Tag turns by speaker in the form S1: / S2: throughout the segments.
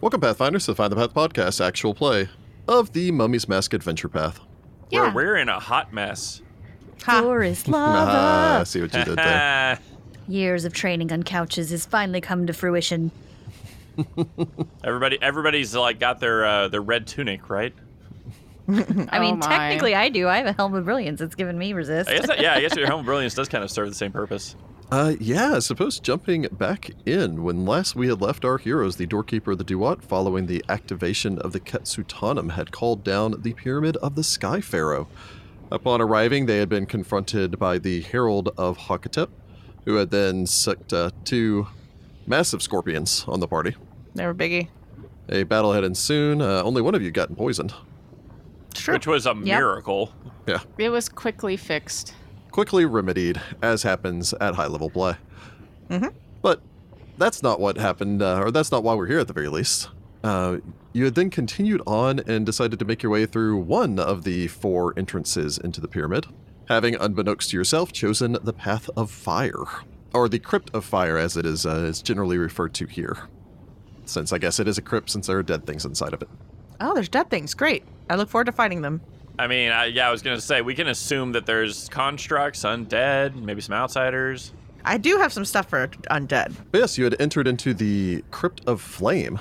S1: Welcome, Pathfinders, to the Find the Path podcast, actual play of the Mummy's Mask Adventure Path.
S2: Yeah.
S3: We're, we're in a hot mess.
S2: Ha.
S4: Floor is
S1: Ah, I
S4: lava.
S1: see what you did there.
S4: Years of training on couches has finally come to fruition.
S3: Everybody, everybody's like got their uh, their red tunic, right?
S4: I
S2: Oh
S4: mean,
S2: my.
S4: technically, I do. I have a helm of brilliance. It's given me resist.
S3: I guess that, yeah. I guess your home brilliance does kind of serve the same purpose.
S1: Uh, yeah, I suppose jumping back in, when last we had left our heroes, the doorkeeper of the Duat, following the activation of the Ketsutanum, had called down the Pyramid of the Sky Pharaoh. Upon arriving, they had been confronted by the Herald of Hakatep, who had then sucked uh, two massive scorpions on the party.
S2: Never biggie.
S1: A battle had ensued. Uh, only one of you gotten poisoned.
S2: True.
S3: Which was a miracle.
S1: Yeah.
S2: It was quickly fixed.
S1: quickly remedied, as happens at high level play.
S2: Mhm.
S1: But that's not what happened, uh, or that's not why we're here at the very least. Uh, you had then continued on and decided to make your way through one of the four entrances into the pyramid, having, unbeknownst to yourself, chosen the Path of Fire, or the Crypt of Fire, as it is, uh, is generally referred to here. Since I guess it is a crypt, since there are dead things inside of it.
S5: Oh, there's dead things. Great. I look forward to fighting them.
S3: I mean, I, yeah, I was gonna say we can assume that there's constructs, undead, maybe some outsiders.
S5: I do have some stuff for undead.
S1: But yes, you had entered into the Crypt of Flame,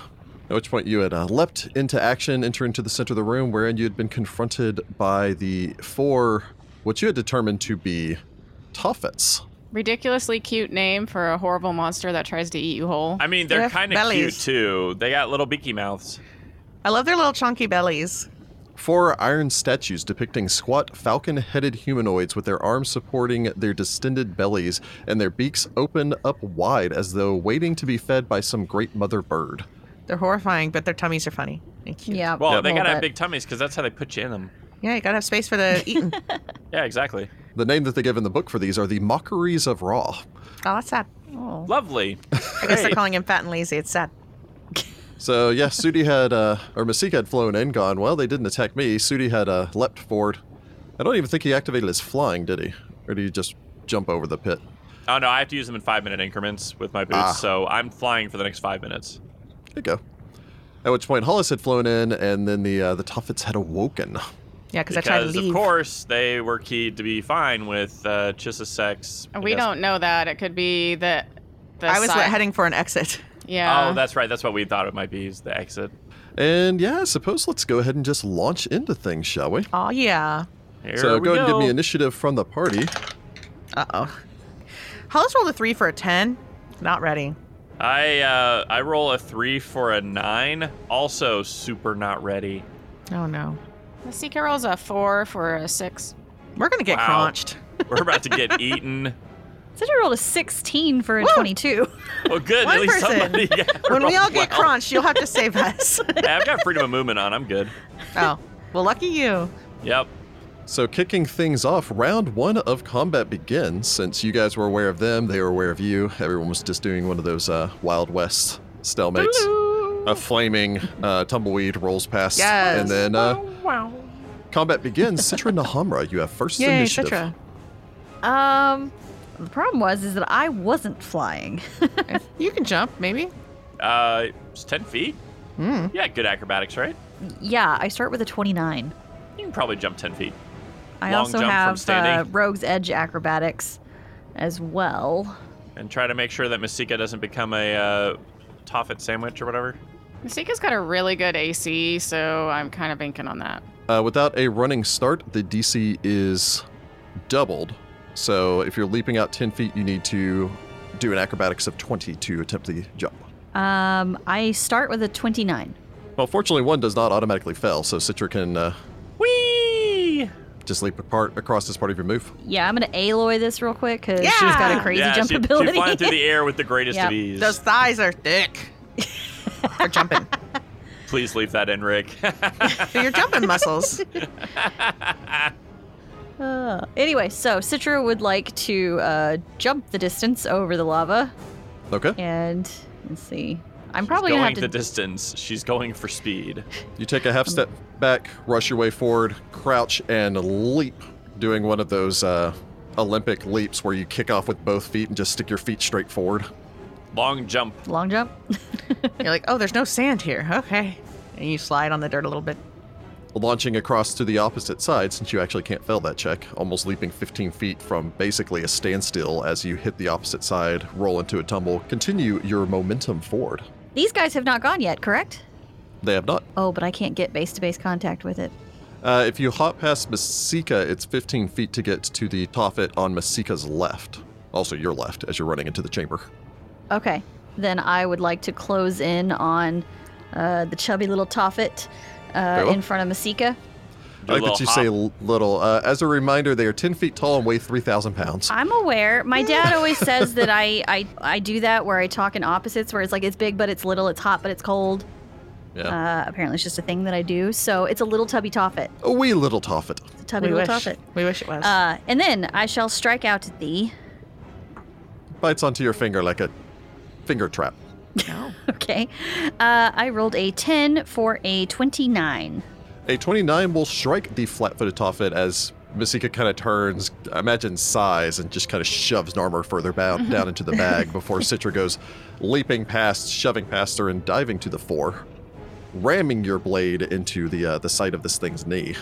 S1: at which point you had uh, leapt into action, entering to the center of the room, wherein you had been confronted by the four, what you had determined to be Toffets.
S2: Ridiculously cute name for a horrible monster that tries to eat you whole.
S3: I mean,
S5: They
S3: they're
S5: have
S3: kind of cute
S5: bellies.
S3: too. They got little beaky mouths.
S5: I love their little chunky bellies.
S1: Four iron statues depicting squat, falcon headed humanoids with their arms supporting their distended bellies and their beaks open up wide as though waiting to be fed by some great mother bird.
S5: They're horrifying, but their tummies are funny. and cute.
S4: yeah.
S3: Well,
S1: Yep.
S3: they gotta have
S4: Well,
S3: big tummies because that's how they put you in them.
S5: Yeah, you gotta have space for the eating. oh,
S3: Yeah, exactly.
S1: The name that they give in the book for these are the Mockeries of Ra.
S5: that's sad.
S4: Oh.
S3: Lovely.
S5: I guess they're
S3: Great.
S5: calling him fat and lazy. It's sad.
S1: So yeah, Sudi had uh, or Masika had flown in, gone. Well, they didn't attack me. Sudi had uh, leapt forward. I don't even think he activated his flying, did he? Or did he just jump over the pit?
S3: Oh no, I have to use them in five minute increments with my boots,
S1: Ah.
S3: so I'm flying for the next five minutes.
S1: There you go. At which point Hollis had flown in, and then the uh, the Tuffets had awoken.
S5: Yeah, because I tried to
S3: Because
S5: leave.
S3: of course they were keyed to be fine with uh, Chisisex. I
S2: we
S3: guess.
S2: don't know that. It could be that. The
S5: I was
S2: side-
S5: heading for an exit.
S2: Yeah.
S3: Oh, that's right. That's what we thought it might be. Is the exit?
S1: And yeah, I suppose let's go ahead and just launch into things, shall we?
S5: Oh yeah.
S3: Here
S1: so
S3: we
S1: go ahead and give me
S3: go.
S1: initiative from the party.
S5: Uh oh. Hollis rolled a three for a ten. Not ready.
S3: I uh, I roll a three for a nine. Also super not ready.
S5: Oh no.
S2: the seeker rolls a four for a six.
S5: We're gonna get
S3: Wow.
S5: crunched.
S3: We're about to get eaten.
S4: Such a roll of 16 for a
S5: Woo!
S4: 22.
S3: Well, good.
S5: One
S3: at least
S5: person.
S3: somebody. got
S5: When we all
S3: rolled
S5: get
S3: well.
S5: crunched, you'll have to save us.
S3: Hey, I've got freedom of movement on. I'm good.
S5: oh. Well, lucky you.
S3: Yep.
S1: So, kicking things off, round one of combat begins. Since you guys were aware of them, they were aware of you. Everyone was just doing one of those uh, Wild West stalemates. A flaming uh, tumbleweed rolls past.
S5: Yes.
S1: And then uh, combat begins. Citra Nahamra, you have first
S5: Yay,
S1: initiative.
S5: Citra.
S4: um, the problem was is that I wasn't flying.
S5: You can jump, maybe.
S3: Uh, it's ten feet.
S1: Hmm.
S5: Mm.
S3: Yeah, good acrobatics, right?
S4: yeah, I start with a 29.
S3: You can probably jump ten feet.
S4: I
S3: Long
S4: also
S3: jump from
S4: have uh,
S3: standing.
S4: Rogue's Edge acrobatics as well.
S3: and try to make sure that Masika doesn't become a uh, Toffet sandwich or whatever.
S2: Masika's got a really good AC, so I'm kind of banking on that.
S1: Uh, without a running start, the DC is doubled. So, if you're leaping out 10 feet, you need to do an acrobatics of 20 to attempt the jump.
S4: Um, I start with a 29.
S1: Well, fortunately, one does not automatically fail, so Citra can uh,
S3: Whee!
S1: just leap apart across this part of your move.
S4: Yeah, I'm gonna Aloy this real quick because she's got
S5: Yeah!
S4: a crazy
S3: yeah,
S4: jump
S3: she,
S4: ability.
S3: She flying through the air with the greatest
S4: Yep.
S3: of ease.
S5: Those thighs are thick. They're jumping.
S3: Please leave that in, Rick.
S5: So your jumping muscles.
S4: Uh, anyway, so Citra would like to uh, jump the distance over the lava,
S1: Okay.
S4: and let's see. I'm probably
S3: going
S4: gonna have
S3: the
S4: to.
S3: distance. She's going for speed.
S1: You take a half step back, rush your way forward, crouch, and leap, doing one of those uh, Olympic leaps where you kick off with both feet and just stick your feet straight forward.
S3: Long jump.
S4: Long jump.
S5: You're like, oh, there's no sand here. Okay. And you slide on the dirt a little bit.
S1: Launching across to the opposite side since you actually can't fail that check, almost leaping 15 feet from basically a standstill as you hit the opposite side, roll into a tumble, continue your momentum forward.
S4: These guys have not gone yet, correct?
S1: They have not.
S4: Oh, but I can't get base to base contact with it.
S1: Uh, if you hop past Masika, it's 15 feet to get to the Toffet on Masika's left. Also, your left as you're running into the chamber.
S4: Okay. Then I would like to close in on uh, the chubby little Toffet uh,
S1: Very well.
S4: in front of Masika.
S3: Do a
S1: I like
S3: little
S1: that you
S3: hop.
S1: say l- little. Uh, as a reminder, they are 10 feet tall and weigh 3,000 pounds.
S4: I'm aware. My dad always says that I, I I do that where I talk in opposites, where it's like it's big but it's little, it's hot but it's cold.
S1: Yeah.
S4: Uh, apparently, it's just a thing that I do. So it's a little tubby toffet.
S1: a wee little Toffet.
S4: It's a tubby
S5: we wish.
S4: little toffet.
S5: We wish it was.
S4: Uh, and then I shall strike out at thee.
S1: Bites onto your finger like a finger trap.
S4: Okay. Uh, I rolled a 10 for a 29.
S1: A 29 will strike the flat footed Toffet as Masika kind of turns, imagine sighs, and just kind of shoves Narmer further bound, down into the bag before Citra goes leaping past, shoving past her, and diving to the fore, ramming your blade into the, uh, the side of this thing's knee.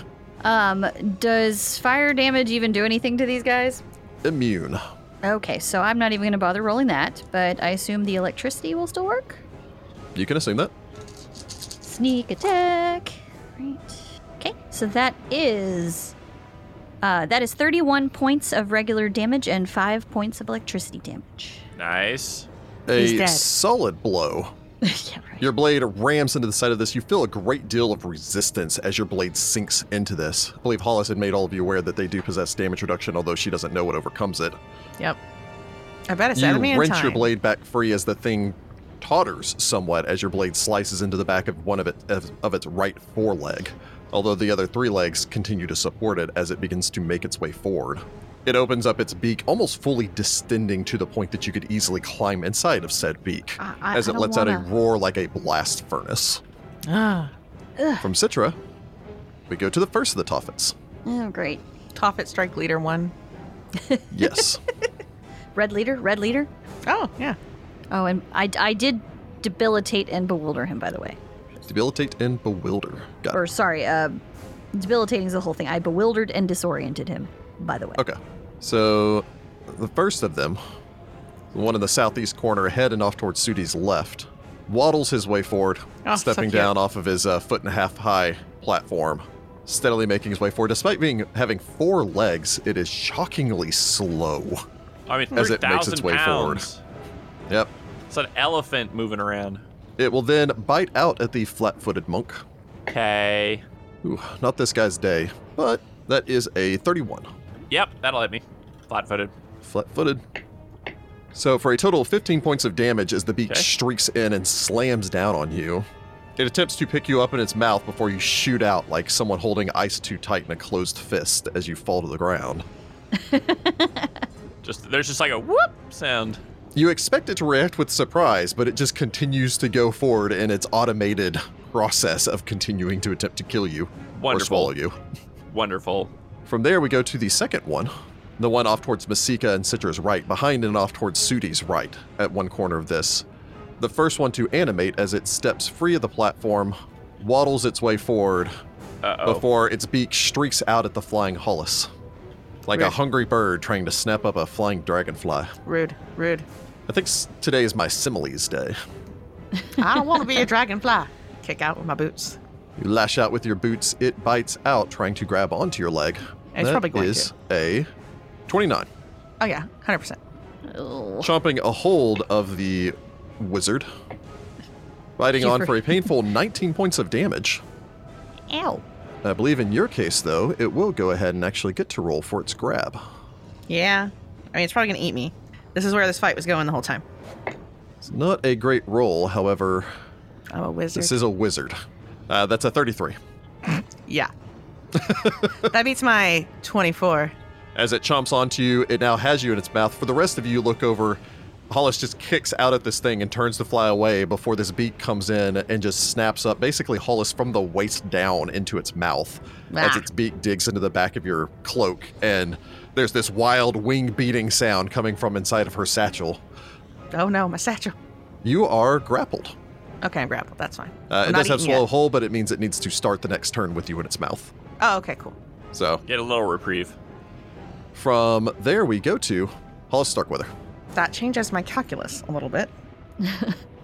S4: Um, does fire damage even do anything to these guys?
S1: Immune.
S4: Okay, so I'm not even going to bother rolling that, but I assume the electricity will still work.
S1: You can assume that.
S4: Sneak attack. Right. Okay, so that is. Uh, that is 31 points of regular damage and 5 points of electricity damage.
S3: Nice.
S5: He's
S1: A
S5: dead.
S1: solid blow.
S4: yeah, right.
S1: Your blade rams into the side of this. You feel a great deal of resistance as your blade sinks into this. I believe Hollis had made all of you aware that they do possess damage reduction, although she doesn't know what overcomes it.
S5: yep. I bet it's
S1: you
S5: enemy in
S1: wrench
S5: time.
S1: your blade back free as the thing totters somewhat as your blade slices into the back of one of, it, of, of its right foreleg, although the other three legs continue to support it as it begins to make its way forward. It opens up its beak, almost fully distending to the point that you could easily climb inside of said beak,
S4: I- I-
S1: as
S4: I
S1: it
S4: don't
S1: lets out a
S4: wanna.
S1: roar like a blast furnace.
S5: Ah,
S1: From Citra, we go to the first of the Toffets.
S4: Oh, great.
S5: Toffet Strike Leader one.
S1: Yes.
S4: Red leader, red leader.
S5: Oh, yeah.
S4: Oh, and I, I did debilitate and bewilder him, by the way.
S1: Debilitate and bewilder. Got it.
S4: Or, sorry, uh, debilitating is the whole thing. I bewildered and disoriented him, by the way.
S1: Okay. So the first of them, the one in the southeast corner ahead and off towards Sudi's left, waddles his way forward,
S5: Oh, so
S1: stepping
S5: cute.
S1: down off of his uh, foot and a half high platform, steadily making his way forward. Despite being having four legs, it is shockingly slow.
S3: I mean,
S1: As it makes its
S3: 3,000
S1: way forward.
S3: pounds.
S1: Yep.
S3: It's an elephant moving around.
S1: It will then bite out at the flat footed monk.
S3: Okay.
S1: Ooh, not this guy's day, but that is a 31.
S3: Yep, that'll hit me. Flat footed.
S1: flat footed. So, for a total of 15 points of damage, as the beak
S3: Okay.
S1: streaks in and slams down on you, it attempts to pick you up in its mouth before you shoot out like someone holding ice too tight in a closed fist as you fall to the ground.
S3: Just there's just like a whoop sound.
S1: You expect it to react with surprise, but it just continues to go forward in its automated process of continuing to attempt to kill you or
S3: Wonderful.
S1: swallow you.
S3: Wonderful.
S1: From there, we go to the second one, the one off towards Masika and Citra's right, behind and off towards Sudi's right, at one corner of this. The first one to animate as it steps free of the platform, waddles its way forward
S3: Uh oh.
S1: before its beak streaks out at the flying Hollis, like a
S5: Right.
S1: hungry bird trying to snap up a flying dragonfly.
S5: Rude. Rude.
S1: I think s- today is my similes day.
S5: I don't want to be a dragonfly. Kick out with my boots.
S1: You lash out with your boots, it bites out, trying to grab onto your leg.
S5: It's probably going
S1: is a 29.
S5: Oh, yeah. 100%.
S4: Ugh.
S1: chomping a hold of the wizard, biting on for a painful 19 points of damage.
S4: Ow.
S1: I believe in your case, though, it will go ahead and actually get to roll for its grab.
S5: Yeah. I mean, it's probably going to eat me. This is where this fight was going the whole time.
S1: It's not a great roll, however,
S5: I'm a wizard.
S1: this is a wizard. Uh, that's a 33.
S5: yeah. that beats my 24.
S1: As it chomps onto you, it now has you in its mouth. For the rest of you, look over. Hollis just kicks out at this thing and turns to fly away before this beak comes in and just snaps up basically Hollis from the waist down into its mouth as
S5: Ah.
S1: its beak digs into the back of your cloak. And there's this wild wing beating sound coming from inside of her satchel
S5: Oh no, my satchel.
S1: You are grappled.
S5: Okay, I'm grappled. That's fine.
S1: Uh,
S5: I'm
S1: it
S5: not
S1: does have
S5: eating
S1: swallow
S5: yet.
S1: hole, but it means it needs to start the next turn with you in its mouth.
S5: Oh, okay, cool.
S1: So
S3: Get a little reprieve.
S1: from there we go to Hollis Starkweather.
S5: That changes my calculus a little bit.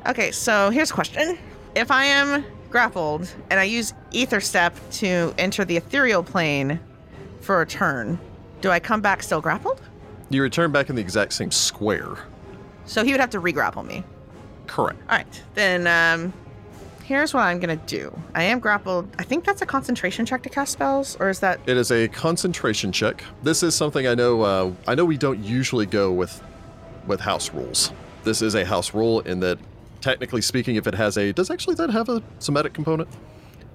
S5: okay, so here's a question. If I am grappled and I use Ether Step to enter the ethereal plane for a turn, do I come back still grappled?
S1: You return back in the exact same square.
S5: So he would have to re grapple me.
S1: Correct.
S5: All right, then um, here's what I'm going to do. I am grappled. I think that's a concentration check to cast spells, or is that.
S1: It is a concentration check. This is something I know. Uh, I know we don't usually go with with house rules. This is a house rule in that, technically speaking, if it has a does actually that have a somatic component?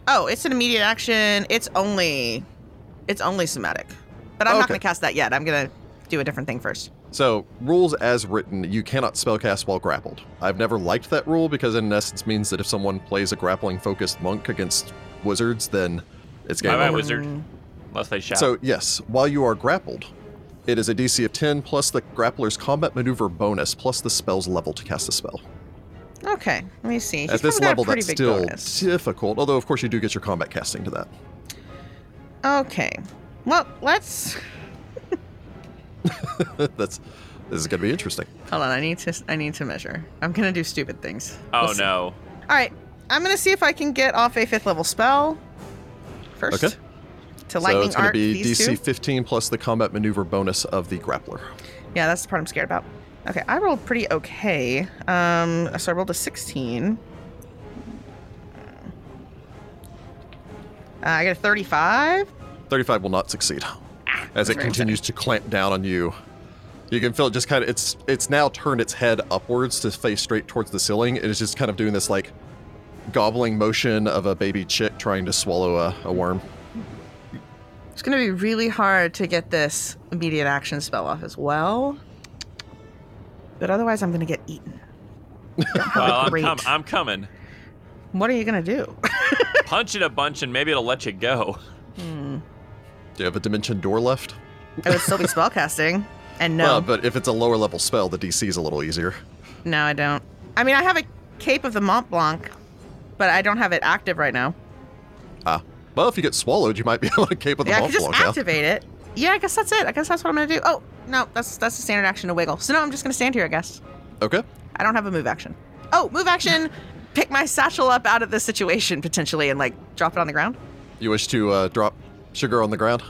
S5: Oh, it's an immediate action. It's only. It's only somatic. But I'm not
S1: Okay.
S5: going to cast that yet. I'm going to do a different thing first.
S1: So rules as written, you cannot spellcast while grappled. I've never liked that rule because in essence means that if someone plays a grappling focused monk against wizards, then it's game
S3: Bye bye,
S1: over.
S3: wizard. Unless they shout.
S1: So yes, while you are grappled, it is a DC of 10 plus the grappler's combat maneuver bonus plus the spell's level to cast a spell.
S5: Okay, let me see. He's
S1: At this
S5: probably got a
S1: level,
S5: pretty
S1: that's
S5: big
S1: still
S5: bonus.
S1: difficult. Although, of course, you do get your combat casting to that.
S5: Okay. Well, let's.
S1: that's this is going to be interesting.
S5: Hold on. I need to. I need to measure. I'm gonna do stupid things.
S3: oh
S5: We'll see.
S3: no.
S5: All right. I'm gonna see if I can get off a fifth level spell. First.
S1: Okay. so
S5: To lightning
S1: it's to
S5: arc
S1: be
S5: these
S1: DC
S5: two.
S1: 15 plus the combat maneuver bonus of the grappler.
S5: Yeah, that's the part I'm scared about. Okay, I rolled pretty okay. Um, so I rolled a 16. Uh, I got a 35.
S1: 35 will not succeed as it
S5: right.
S1: continues to clamp down on you. You can feel it just kind of it's it's now turned its head upwards to face straight towards the ceiling. It is just kind of doing this like gobbling motion of a baby chick trying to swallow a, a worm.
S5: It's gonna be really hard to get this immediate action spell off as well. But otherwise, I'm gonna get eaten.
S4: Oh,
S3: Well, I'm,
S5: Great.
S3: com- I'm coming.
S5: What are you gonna do?
S3: Punch it a bunch and maybe it'll let you go.
S1: Do you have a dimension door left?
S5: It would still be spellcasting. And no,
S1: Well, but if it's a lower level spell, the DC is a little easier.
S5: no, I don't. I mean, I have a Cape of the Mont Blanc, but I don't have it active right now.
S1: Ah. Well, if you get swallowed, you might be able to cape with the
S5: yeah, I
S1: Mont
S5: could just
S1: Blanc now.
S5: activate it. Yeah, I guess that's it. I guess that's what I'm gonna do. Oh no, that's that's the standard action to wiggle. So no, I'm just gonna stand here. I guess
S1: Okay.
S5: I don't have a move action. Oh, move action! Pick my satchel up out of this situation potentially and like drop it on the ground.
S1: You wish to uh, drop sugar on the ground?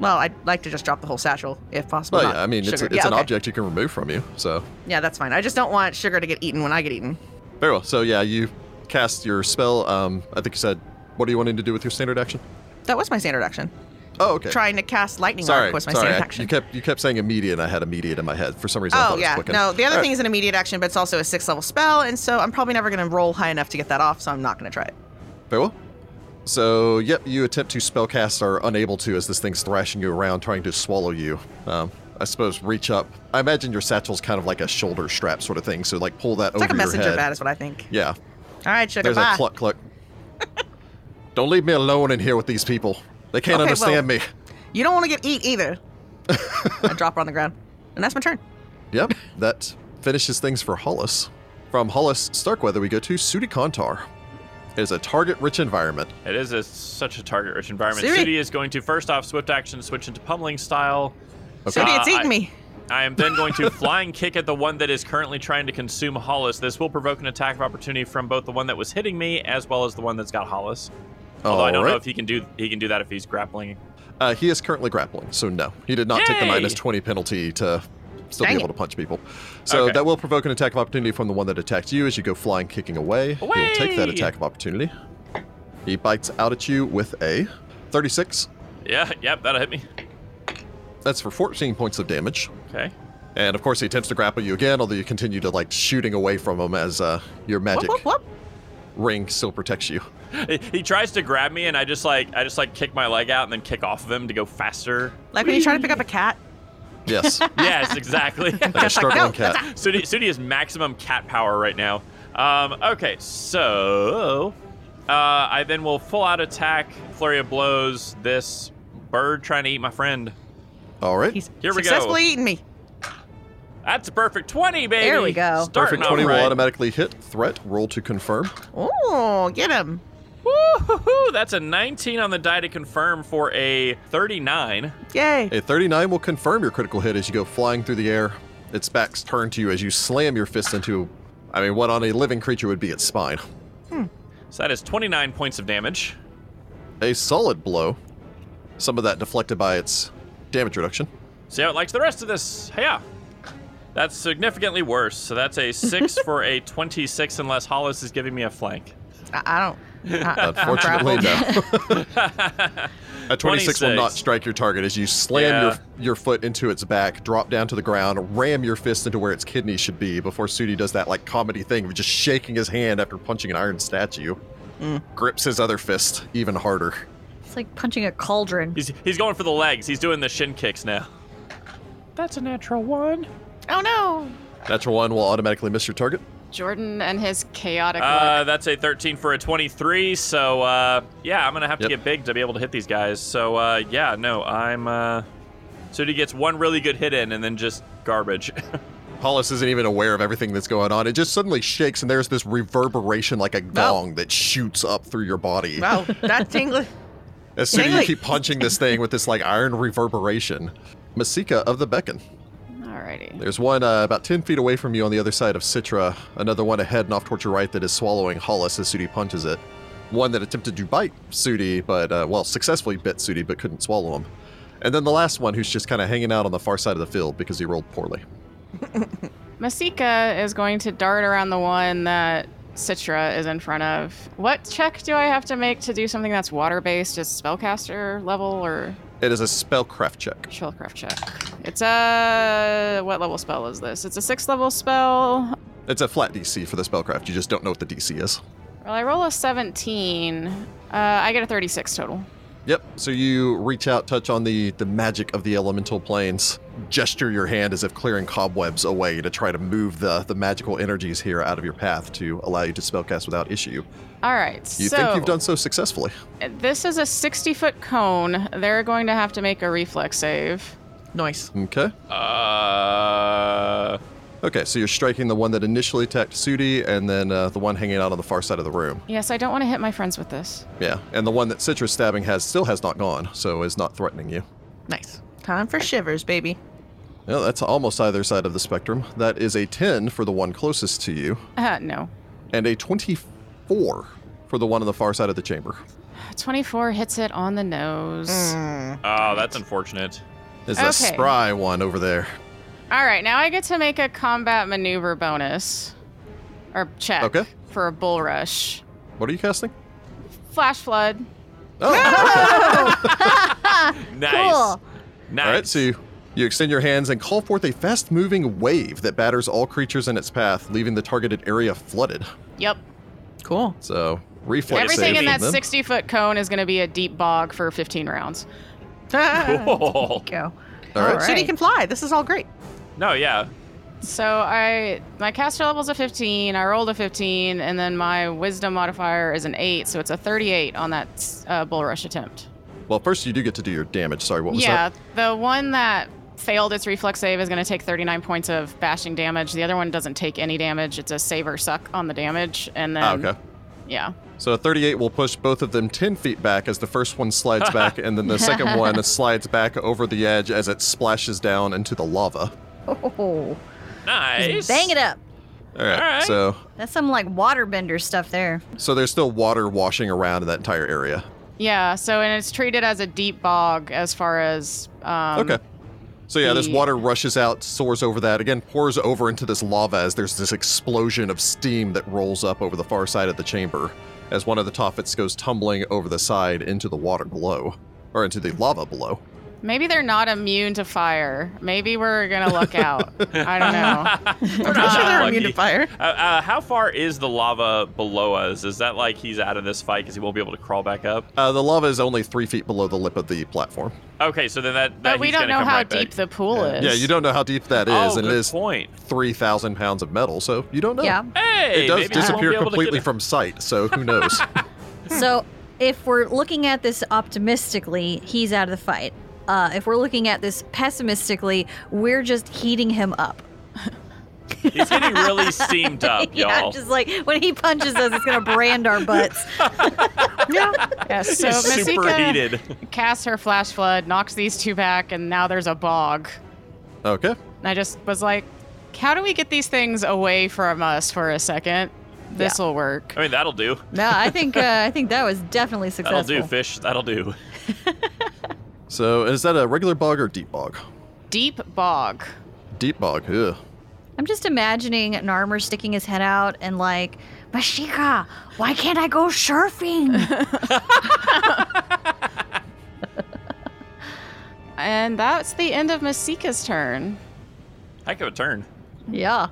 S5: Well, I'd like to just drop the whole satchel if possible.
S1: Well,
S5: not
S1: yeah. I mean, it's,
S5: sugar.
S1: it's
S5: Yeah,
S1: an
S5: okay.
S1: object you can remove from you. So
S5: Yeah, that's fine. I just don't want sugar to get eaten when I get eaten.
S1: very well. So yeah, you cast your spell. Um, I think you said, what are you wanting to do with your standard action?
S5: That was my standard action.
S1: Oh, okay.
S5: Trying to cast lightning
S1: sorry,
S5: arc was my
S1: sorry.
S5: standard
S1: I-
S5: action.
S1: you kept you kept saying immediate. and I had immediate in my head for some reason. I
S5: Oh
S1: thought
S5: yeah,
S1: it was quicken.
S5: no. The other
S1: All
S5: thing
S1: right.
S5: is an immediate action, but it's also a six level spell, and so I'm probably never going to roll high enough to get that off, so I'm not going to try it.
S1: very well. So yep, you attempt to spellcast are unable to as this thing's thrashing you around, trying to swallow you. Um, I suppose reach up. I imagine your satchel's kind of like a shoulder strap sort of thing. So like pull that
S5: It's
S1: over
S5: like a
S1: your
S5: messenger
S1: head.
S5: bat, is what I think.
S1: Yeah,
S5: All right, sugar.
S1: There's
S5: bye.
S1: a cluck cluck. Don't leave me alone in here with these people. They can't
S5: Okay, well-
S1: understand me.
S5: You don't want to get eat either. I drop her on the ground, and that's my turn.
S1: Yep, that finishes things for Hollis. From Hollis Starkweather, we go to Sudi Kantar. It is a target rich environment.
S3: It is a, such a target rich environment.
S5: Siri.
S3: Sudi is going to first off swift action switch into pummeling style.
S1: Okay.
S5: Sudi,
S3: Uh,
S5: it's eating
S3: I-
S5: me.
S3: I am then going to flying kick at the one that is currently trying to consume Hollis. This will provoke an attack of opportunity from both the one that was hitting me as well as the one that's got Hollis. Although I don't know
S1: Alright.
S3: if he can do he can do that if he's grappling.
S1: Uh, he is currently grappling, so no. He did not take the
S3: Yay!
S1: minus 20 penalty to still
S5: Dang
S1: be able
S5: it.
S1: to punch people. So
S3: Okay.
S1: that will provoke an attack of opportunity from the one that attacked you as you go flying, kicking away. You'll take that
S3: Away!
S1: attack of opportunity. He bites out at you with a 36.
S3: Yeah, yep, that'll hit me.
S1: That's for 14 points of damage.
S3: Okay.
S1: And of course, he attempts to grapple you again, although you continue to like shooting away from him as uh, your magic
S5: Whoop, whoop, whoop.
S1: ring still protects you.
S3: He, he tries to grab me and I just like I just like kick my leg out and then kick off of him to go faster.
S5: Like when you try to pick up a cat.
S1: Yes, like
S3: Yes, exactly.
S1: a struggling
S5: no,
S1: cat.
S3: Sudi, Sudi is maximum cat power right now. Um, okay, so uh, I then will full out attack, flurry of blows, this bird trying to eat my friend.
S1: All right,
S5: He's
S3: Here we go.
S5: successfully eating me.
S3: That's a perfect 20, baby.
S4: There we go.
S3: Starting
S1: Perfect
S3: off
S1: 20 will
S3: right.
S1: automatically hit threat. Roll to confirm.
S5: Ooh, get him.
S3: Woo-hoo-hoo, that's a 19 on the die to confirm for a 39.
S5: Yay.
S1: A 39 will confirm your critical hit as you go flying through the air. Its back's turned to you as you slam your fist into, I mean, what on a living creature would be its spine.
S3: So that is 29 points of damage.
S1: A solid blow. Some of that deflected by its damage reduction.
S3: See how it likes the rest of this. Yeah. That's significantly worse. So that's a 6 for a 26 unless Hollis is giving me a flank.
S5: I, I don't. I, I'm
S1: Unfortunately,
S5: grappled.
S1: no. A 26, will not
S3: 26.
S1: strike your target as you slam
S3: Yeah.
S1: your your foot into its back, drop down to the ground, ram your fist into where its kidney should be before Sudi does that like comedy thing of just shaking his hand after punching an iron statue.
S5: Mm.
S1: Grips his other fist even harder.
S4: It's like punching a cauldron.
S3: He's, he's going for the legs. He's doing the shin kicks now. That's a natural one.
S5: Oh no.
S1: Natural one will automatically miss your target.
S2: Jordan and his chaotic
S3: Uh,
S2: look.
S3: that's a 13 for a 23. So, uh, yeah, I'm going to have to
S1: Yep.
S3: get big to be able to hit these guys. So, uh, yeah, no, I'm. Uh, so he gets one really good hit in and then just garbage.
S1: Hollis isn't even aware of everything that's going on. It just suddenly shakes and there's this reverberation like a gong that shoots up through your body.
S5: Wow, that tingly.
S1: As soon as you
S5: Dangly.
S1: keep punching this thing with this like iron reverberation. Masika of the Beacon.
S2: Alrighty.
S1: There's one uh, about 10 feet away from you on the other side of Citra, another one ahead and off towards your right that is swallowing Hollis as Sudi punches it. One that attempted to bite Sudi, but, uh, well, successfully bit Sudi, but couldn't swallow him. And then the last one who's just kind of hanging out on the far side of the field because he rolled poorly.
S2: Masika is going to dart around the one that Citra is in front of. What check do I have to make to do something that's water based, just spellcaster level or
S1: It is a spellcraft check.
S2: spellcraft check? It's a. What level spell is this? It's a sixth level spell.
S1: It's a flat DC for the spellcraft. You just don't know what the DC is.
S2: Well, I roll a 17. Uh, I get a 36 total.
S1: Yep. So you reach out, touch on the the magic of the elemental planes, gesture your hand as if clearing cobwebs away to try to move the the magical energies here out of your path to allow you to spellcast without issue.
S2: All right.
S1: You
S2: so uh,
S1: think you've done so successfully.
S2: this is a 60 foot cone. They're going to have to make a reflex save.
S5: Noise.
S1: Okay.
S3: uh,
S1: Okay. So you're striking the one that initially attacked Sudi, and then uh, the one hanging out on the far side of the room.
S2: Yes, I don't want to hit my friends with this.
S1: Yeah. And the one that Citrus stabbing has still has not gone, so is not threatening you.
S5: Nice. Time for shivers, baby.
S1: Yeah, that's almost either side of the spectrum. That is a 10 for the one closest to you,
S2: Uh, no.
S1: and a 24 for the one on the far side of the chamber.
S2: 24 hits it on the nose.
S1: Hmm. Mm.
S3: oh, that's unfortunate.
S1: There's
S2: Okay.
S1: a spry one over there.
S2: All right. Now I get to make a combat maneuver bonus or check
S1: Okay.
S2: for a bull rush.
S1: What are you casting?
S2: Flash flood.
S1: Oh,
S3: Nice.
S4: Cool.
S3: Nice.
S1: all right. So you, you extend your hands and call forth a fast-moving wave that batters all creatures in its path, leaving the targeted area flooded.
S2: Yep.
S5: Cool.
S1: So reflex
S2: Everything
S1: save
S2: in
S1: from
S2: that
S1: them.
S2: 60 foot cone is going to be a deep bog for 15 rounds.
S5: Ah.
S3: Cool.
S4: Go.
S1: All right.
S5: So he can fly. This is all great.
S3: No, yeah.
S2: So I my caster level's a 15. I rolled a 15, and then my wisdom modifier is an eight, so it's a 38 on that uh, bull rush attempt.
S1: Well, first you do get to do your damage. Sorry, what was
S2: yeah,
S1: that?
S2: the one that failed its reflex save is going to take 39 points of bashing damage. The other one doesn't take any damage. It's a save or suck on the damage, and then
S1: Ah, okay.
S2: yeah,
S1: So a 38 will push both of them 10 feet back as the first one slides back, and then the second one slides back over the edge as it splashes down into the lava.
S4: Oh,
S3: Nice.
S4: just bang it up.
S1: All right.
S3: All right.
S1: So
S4: That's some like waterbender stuff there.
S1: so there's still water washing around in that entire area.
S2: yeah. So and it's treated as a deep bog as far as um,
S1: Okay. So yeah, this
S2: the-
S1: water rushes out, soars over that, again pours over into this lava as there's this explosion of steam that rolls up over the far side of the chamber as one of the toffets goes tumbling over the side into the water below or into the lava below.
S2: Maybe they're not immune to fire. Maybe we're gonna look out. I don't know.
S3: We're
S5: I'm sure they're
S3: Ah, lucky.
S5: immune to fire.
S3: Uh, uh, how far is the lava below us? Is that like he's out of this fight because he won't be able to crawl back up?
S1: Uh, the lava is only three feet below the lip of the platform.
S3: Okay, so then that, that
S2: But we
S3: he's
S2: don't
S3: gonna
S2: know
S3: come
S2: how
S3: right back.
S2: deep the pool is.
S1: Yeah, you don't know how deep that is,
S3: oh,
S1: and it
S3: good
S1: is
S3: point.
S1: three thousand pounds of metal, so you don't know.
S4: Yeah.
S3: Hey,
S1: It does
S3: maybe I won't be
S1: disappear
S3: able to
S1: completely
S3: get it.
S1: from sight, so who knows?
S4: So, if we're looking at this optimistically, he's out of the fight. Uh, if we're looking at this pessimistically, we're just heating him up.
S3: He's getting really steamed up,
S4: yeah,
S3: y'all.
S4: I'm just like when he punches us, it's gonna brand our butts.
S5: Yeah.
S2: Yes, so
S3: He's super
S2: Masika
S3: heated.
S2: casts her flash flood, knocks these two back, and now there's a bog.
S1: Okay.
S2: And I just was like, how do we get these things away from us for a second? This will work.
S3: I mean, that'll do.
S4: No, I think uh, I think that was definitely
S3: That'll
S4: successful.
S3: do, fish. That'll do.
S1: So is that a regular bog or deep bog?
S2: Deep bog.
S1: Deep bog. Ugh.
S4: I'm just imagining an armor sticking his head out and like, Mashika, why can't I go surfing?
S2: And that's the end of Masika's turn.
S3: Heck of a turn.
S4: yeah.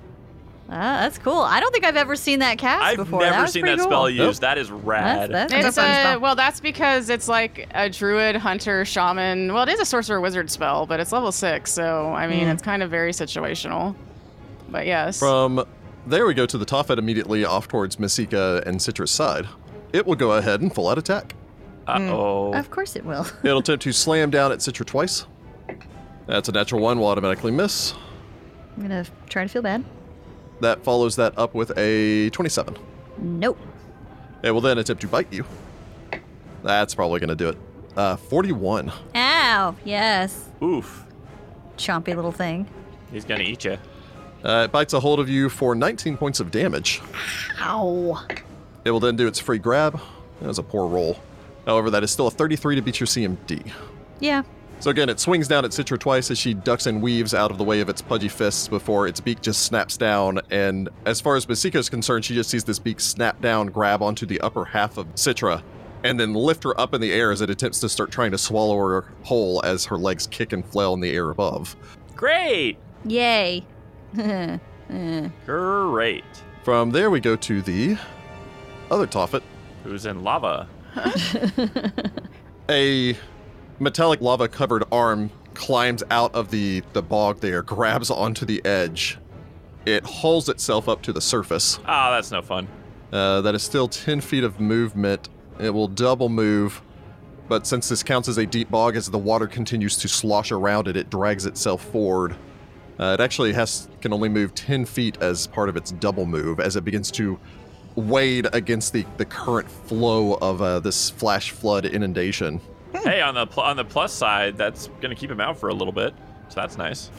S4: Ah, that's cool. I don't think I've ever seen that cast
S3: I've
S4: before.
S3: never
S4: that was
S3: seen
S4: pretty
S3: that spell
S4: cool.
S1: Nope.
S3: used. That is rad.
S4: That's- that's-
S2: It's
S5: a fun
S2: a,
S5: spell.
S2: well, that's because it's like a druid, hunter, shaman. Well, it is a sorcerer wizard spell, but it's level six, so I mean, it's kind of very situational. But yes.
S1: From there we go to the Tophet immediately off towards Masika and Citrus side. It will go ahead and full out attack.
S3: Uh oh.
S4: Mm. Of course it will.
S1: It'll attempt to slam down at Citra twice. That's a natural one, will automatically miss.
S4: I'm gonna try to feel bad.
S1: That follows that up with a 27.
S4: Nope.
S1: It will then attempt to bite you. That's probably going to do it. Uh, 41.
S4: Ow. Yes.
S3: Oof.
S4: Chompy little thing.
S3: He's gonna eat you.
S1: Uh, it bites a hold of you for 19 points of damage.
S4: Ow.
S1: It will then do its free grab. That was a poor roll. However, that is still a 33 to beat your CMD.
S4: Yeah.
S1: So again, it swings down at Citra twice as she ducks and weaves out of the way of its pudgy fists before its beak just snaps down. And as far as Masika is concerned, she just sees this beak snap down, grab onto the upper half of Citra, and then lift her up in the air as it attempts to start trying to swallow her whole as her legs kick and flail in the air above.
S3: Great.
S4: Yay. Eh.
S3: Great.
S1: From there, we go to the other Toffet,
S3: Who's in lava?
S1: a metallic lava covered arm climbs out of the, the bog there, grabs onto the edge. It hauls itself up to the surface.
S3: Ah, that's no fun.
S1: Uh, that is still 10 feet of movement. It will double move, but since this counts as a deep bog, as the water continues to slosh around it, it drags itself forward. Uh, it actually has can only move 10 feet as part of its double move as it begins to wade against the, the current flow of uh, this flash flood inundation.
S4: Hmm.
S3: Hey, on the pl- on the plus side, that's gonna keep him out for a little bit. So that's nice.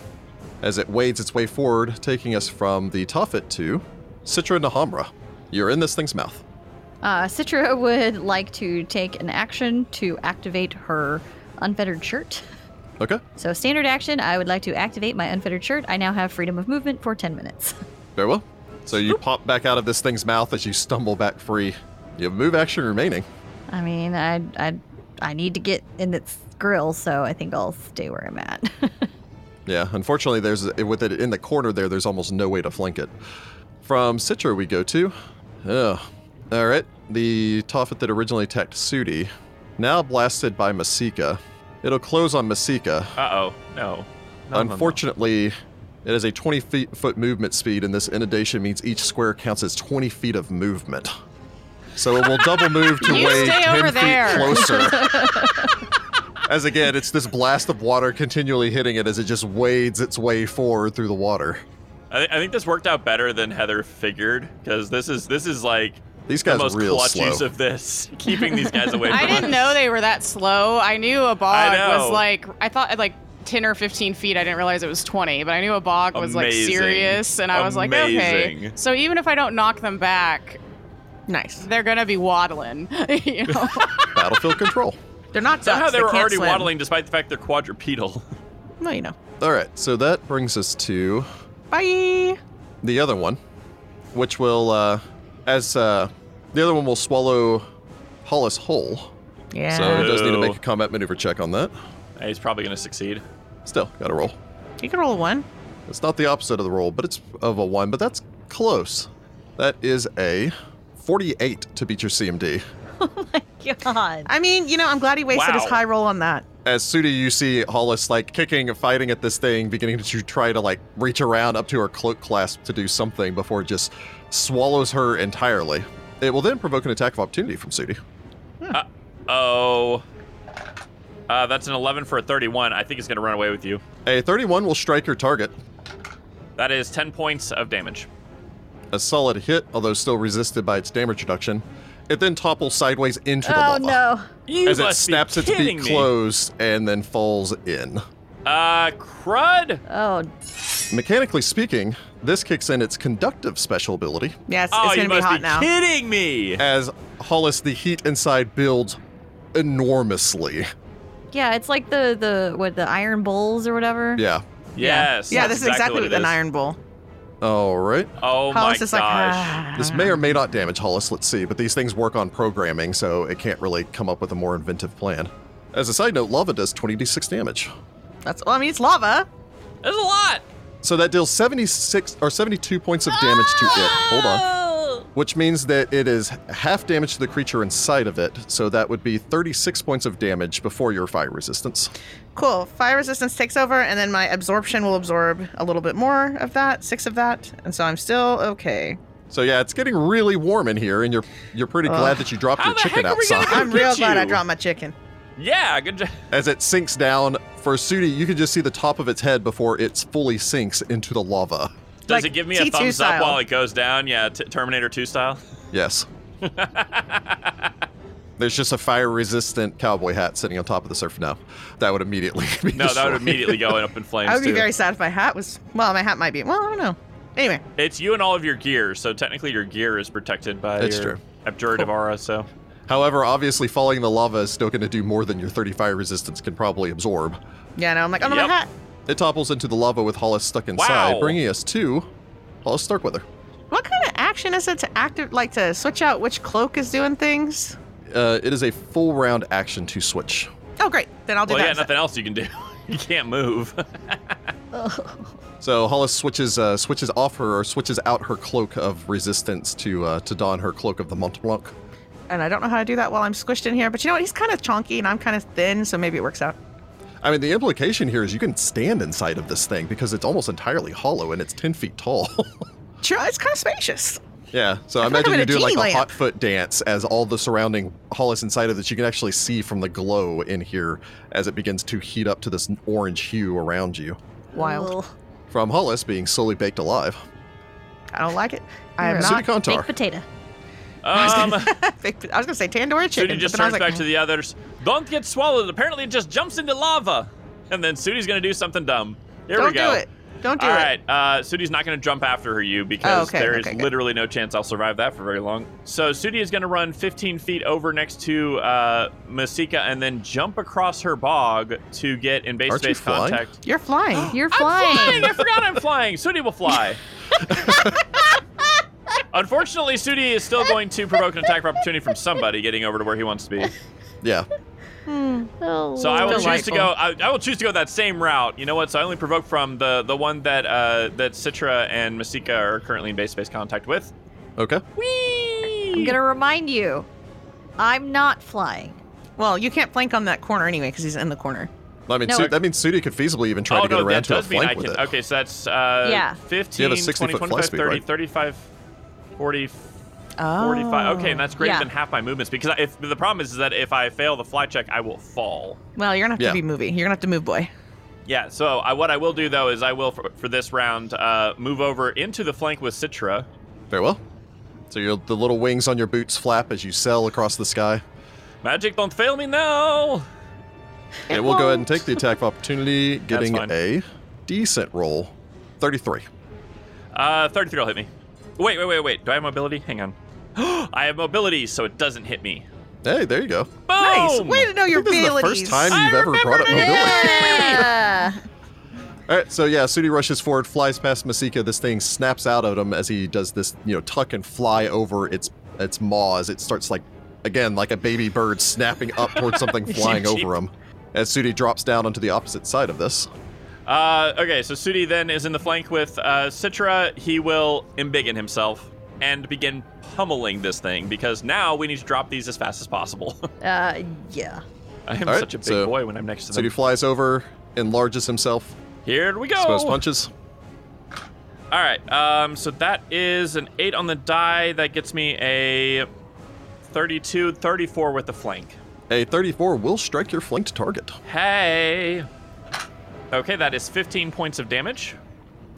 S1: As it wades its way forward, taking us from the Tophet to Citra Nahamra. You're in this thing's mouth.
S4: Uh, Citra would like to take an action to activate her unfettered shirt.
S1: Okay,
S4: So, standard action, I would like to activate my unfettered shirt. I now have freedom of movement for 10 minutes.
S1: very well. So you pop back out of this thing's mouth as you stumble back free. You have move action remaining.
S4: I mean, I, I, I need to get in its grill, so I think I'll stay where I'm at.
S1: Yeah, unfortunately, there's with it in the corner there. There's almost no way to flank it. From Citra, we go to. Ugh. All right, the Tophet that originally attacked Sudi, now blasted by Masika. It'll close on Masika.
S3: Uh oh. No. No, no, no.
S1: Unfortunately, it has a 20 feet, foot movement speed, and this inundation means each square counts as 20 feet of movement. So it will double move to
S2: You
S1: weigh
S2: stay
S1: 10
S2: over
S1: feet
S2: there.
S1: closer. as again, it's this blast of water continually hitting it as it just wades its way forward through the water.
S3: I, thi- I think this worked out better than Heather figured because this is this is like
S1: These
S3: the
S1: guys
S3: most
S1: are real
S3: clutch
S1: slow.
S3: use of this, keeping these guys away. From
S2: I didn't
S3: us.
S2: know they were that slow. I knew a bog
S3: I know.
S2: was like I thought at like ten or fifteen feet. I didn't realize it was twenty, but I knew a bog was like
S3: Amazing.
S2: serious, and I was like, okay.
S3: Amazing.
S2: So even if I don't knock them back,
S5: Nice.
S2: they're gonna be waddling. you know?
S1: Battlefield control.
S5: They're not ducks.
S3: Somehow they were
S5: can't
S3: already
S5: swim.
S3: waddling despite the fact they're quadrupedal.
S5: No, you know.
S1: All right, so that brings us to
S5: Bye.
S1: the other one, which will, uh, as uh, the other one will swallow Hollis whole.
S5: Yeah.
S1: So it does need to
S3: Oh.
S1: make a combat maneuver check on that.
S3: Hey, He's probably gonna succeed.
S1: Still, gotta roll.
S5: you can roll a one.
S1: It's not the opposite of the roll, but it's of a one, but that's close. That is a 48 to beat your CMD.
S4: God.
S5: I mean, you know, I'm glad he wasted his
S3: Wow.
S5: high roll on that.
S1: As Sudi, you see Hollis like kicking and fighting at this thing, beginning to try to like reach around up to her cloak clasp to do something before it just swallows her entirely. It will then provoke an attack of opportunity from Sudi.
S3: Oh. Uh, that's an 11 for a 31. I think he's going to run away with you.
S1: A 31 will strike your target.
S3: That is 10 points of damage.
S1: A solid hit, although still resisted by its damage reduction. It then topples sideways into the
S4: Oh
S1: lava
S4: no.
S3: You
S1: as it
S3: must be
S1: snaps its
S3: kidding
S1: beak
S3: me.
S1: closed and then falls in.
S3: Uh, crud.
S4: Oh,
S1: Mechanically speaking, this kicks in its conductive special ability
S5: Yes,
S3: oh,
S5: it's
S3: you
S5: gonna be
S3: must
S5: hot
S3: be
S5: now.
S3: kidding me.
S1: as Hollis, the heat inside builds enormously.
S4: yeah. It's like the the what the iron bowls or whatever.
S1: Yeah.
S3: Yes.
S5: yeah,
S3: that's
S5: this is exactly
S3: what it
S5: an iron bowl.
S1: All right.
S3: Oh
S5: Hollis
S3: my gosh.
S5: is like, ah.
S1: This may or may not damage Hollis, let's see, but these things work on programming, so it can't really come up with a more inventive plan. As a side note, lava does 20d6 damage.
S5: That's well, I mean it's lava.
S3: There's a lot.
S1: So that deals 76 or 72 points of damage to it. Hold on.
S4: Oh.
S1: Which means that it is half damage to the creature inside of it, so that would be 36 points of damage before your fire resistance.
S5: Cool. Fire resistance takes over, and then my absorption will absorb a little bit more of that, six of that, and so I'm still okay.
S1: So yeah, it's getting really warm in here, and you're you're pretty glad that you dropped
S3: How
S1: your
S3: the
S1: chicken
S3: heck are we gonna
S1: outside.
S5: I'm
S3: Look at
S5: real glad I
S3: you.
S5: dropped my chicken.
S3: Yeah, good job.
S1: As it sinks down, for Sudi, you can just see the top of its head before it fully sinks into the lava.
S3: Does
S5: Like
S3: it give me a
S5: T2
S3: thumbs up
S5: style.
S3: while it goes down? Yeah, t- Terminator 2 style.
S1: Yes. There's just a fire-resistant cowboy hat sitting on top of the surf now. That would immediately be
S3: No, that would
S1: destroyed.
S3: immediately go up in flames.
S5: I would be
S3: too.
S5: very sad if my hat was. Well, my hat might be. Well, I don't know. Anyway,
S3: It's you and all of your gear, so technically your gear is protected by
S1: That's
S3: your
S1: true.
S3: abjurative aura. So
S1: However, obviously, falling in the lava is still going to do more than your 30 fire resistance can probably absorb.
S5: yeah, no, I'm like, oh, my
S3: Yep.
S5: hat.
S1: It topples into the lava with Hollis stuck inside,
S3: Wow.
S1: bringing us to Hollis Starkweather.
S5: What kind of action is it to active, like to switch out which cloak is doing things?
S1: Uh, it is a full round action to switch.
S5: Oh, great. Then I'll do
S3: well,
S5: that.
S3: yeah,
S5: instead.
S3: nothing else you can do. you can't move.
S1: So Hollis switches uh, switches off her or switches out her cloak of resistance to uh, to don her cloak of the Mont Blanc.
S5: And I don't know how to do that while I'm squished in here. But you know what? He's kind of chonky and I'm kind of thin, so maybe it works out.
S1: I mean, the implication here is you can stand inside of this thing because it's almost entirely hollow and it's ten feet tall.
S5: Sure, it's kind of spacious.
S1: yeah, so I
S5: feel like
S1: imagine
S5: I'm in
S1: you
S5: a
S1: do like
S5: genie
S1: a hot
S5: lamp.
S1: foot dance as all the surrounding Hollis inside of this you can actually see from the glow in here as it begins to heat up to this orange hue around you.
S5: Wild.
S4: Oh.
S1: From Hollis being slowly baked alive.
S5: I don't like it. I am
S4: You're
S1: City
S5: not.
S1: Contar.
S4: Baked potato.
S3: Um,
S5: Big- I was gonna say tandoori
S3: Sudi
S5: chicken.
S3: just
S5: but then I
S3: turns
S5: was like,
S3: back to the others. Don't get swallowed. Apparently, it just jumps into lava, and then Sudi's gonna do something dumb. Here
S5: don't
S3: we go.
S5: do it. Don't do
S3: All
S5: it. Oh,
S3: right, uh, Sudi's not going to jump after her, you, because
S5: okay,
S3: there is
S5: okay, good.
S3: literally no chance I'll survive that for very long. So Sudi is going to run 15 feet over next to uh, Masika and then jump across her bog to get in base
S1: Aren't you
S3: space
S1: flying?
S3: contact.
S5: You're flying.
S4: You're
S3: I'm
S4: flying.
S3: flying! I forgot I'm flying. Sudi will fly. Unfortunately, Sudi is still going to provoke an attack of opportunity from somebody getting over to where he wants to be.
S1: Yeah.
S4: Oh,
S3: So I will
S4: Lord.
S3: choose to go. I, I will choose to go that same route. You know what? So I only provoke from the the one that uh, that Citra and Masika are currently in base space contact with.
S1: Okay.
S4: I'm gonna remind you, I'm not flying.
S5: well, you can't flank on that corner anyway because he's in the corner.
S1: I mean,
S4: No,
S1: Su-
S4: it-
S1: that means Sudi could feasibly even try
S3: oh
S1: to get
S3: no,
S1: around
S3: that
S1: to a
S3: does mean I
S1: flank with
S3: can.
S1: it.
S3: Okay, so that's uh,
S4: Yeah.
S3: 15,
S1: You have a 60
S3: 20,
S1: foot fly
S3: 25,
S1: speed,
S3: 30,
S1: right?
S3: 35, 40,
S5: Oh.
S3: 45. Okay, and that's greater
S4: Yeah.
S3: than half my movements because I- if the problem is, is that if I fail the fly check, I will fall.
S5: Well, you're gonna have
S1: Yeah.
S5: to be movie. You're gonna have to move, boy.
S3: Yeah. So I, what I will do though is I will for, for this round uh, move over into the flank with Citra.
S1: Very well. So your, the little wings on your boots flap as you sail across the sky.
S3: Magic, don't fail me now.
S1: It will go ahead and take the attack of opportunity, getting
S3: fine.
S1: a decent roll. 33.
S3: Uh, 33 will hit me. Wait, wait, wait, wait. Do I have mobility? Hang on. I have mobility, so it doesn't hit me.
S1: Hey, there you go.
S3: Boom!
S5: Nice. Way to know your
S1: I think this is the
S5: abilities.
S1: first time
S3: I
S1: you've ever brought up
S3: remembered
S1: mobility.
S4: Yeah.
S1: All right, so yeah, Sudi rushes forward, flies past Masika. This thing snaps out at him as he does this, you know, tuck and fly over its its maw as it starts like, again, like a baby bird snapping up towards something flying
S3: Cheep, cheep.
S1: over him. As Sudi drops down onto the opposite side of this.
S3: Uh, okay, so Sudi then is in the flank with uh, Citra. He will embiggen himself and begin pummeling this thing because now we need to drop these as fast as possible.
S4: uh, yeah.
S3: I am
S1: All right,
S3: such a big
S1: so-
S3: boy when I'm next to them.
S1: Sudi flies over, enlarges himself,
S3: Here we
S1: exposes
S3: go.
S1: punches.
S3: All right. Um, so that is an eight on the die. That gets me a 32, 34 with the flank.
S1: A 34 will strike your flanked target.
S3: Hey. Okay, that is 15 points of damage.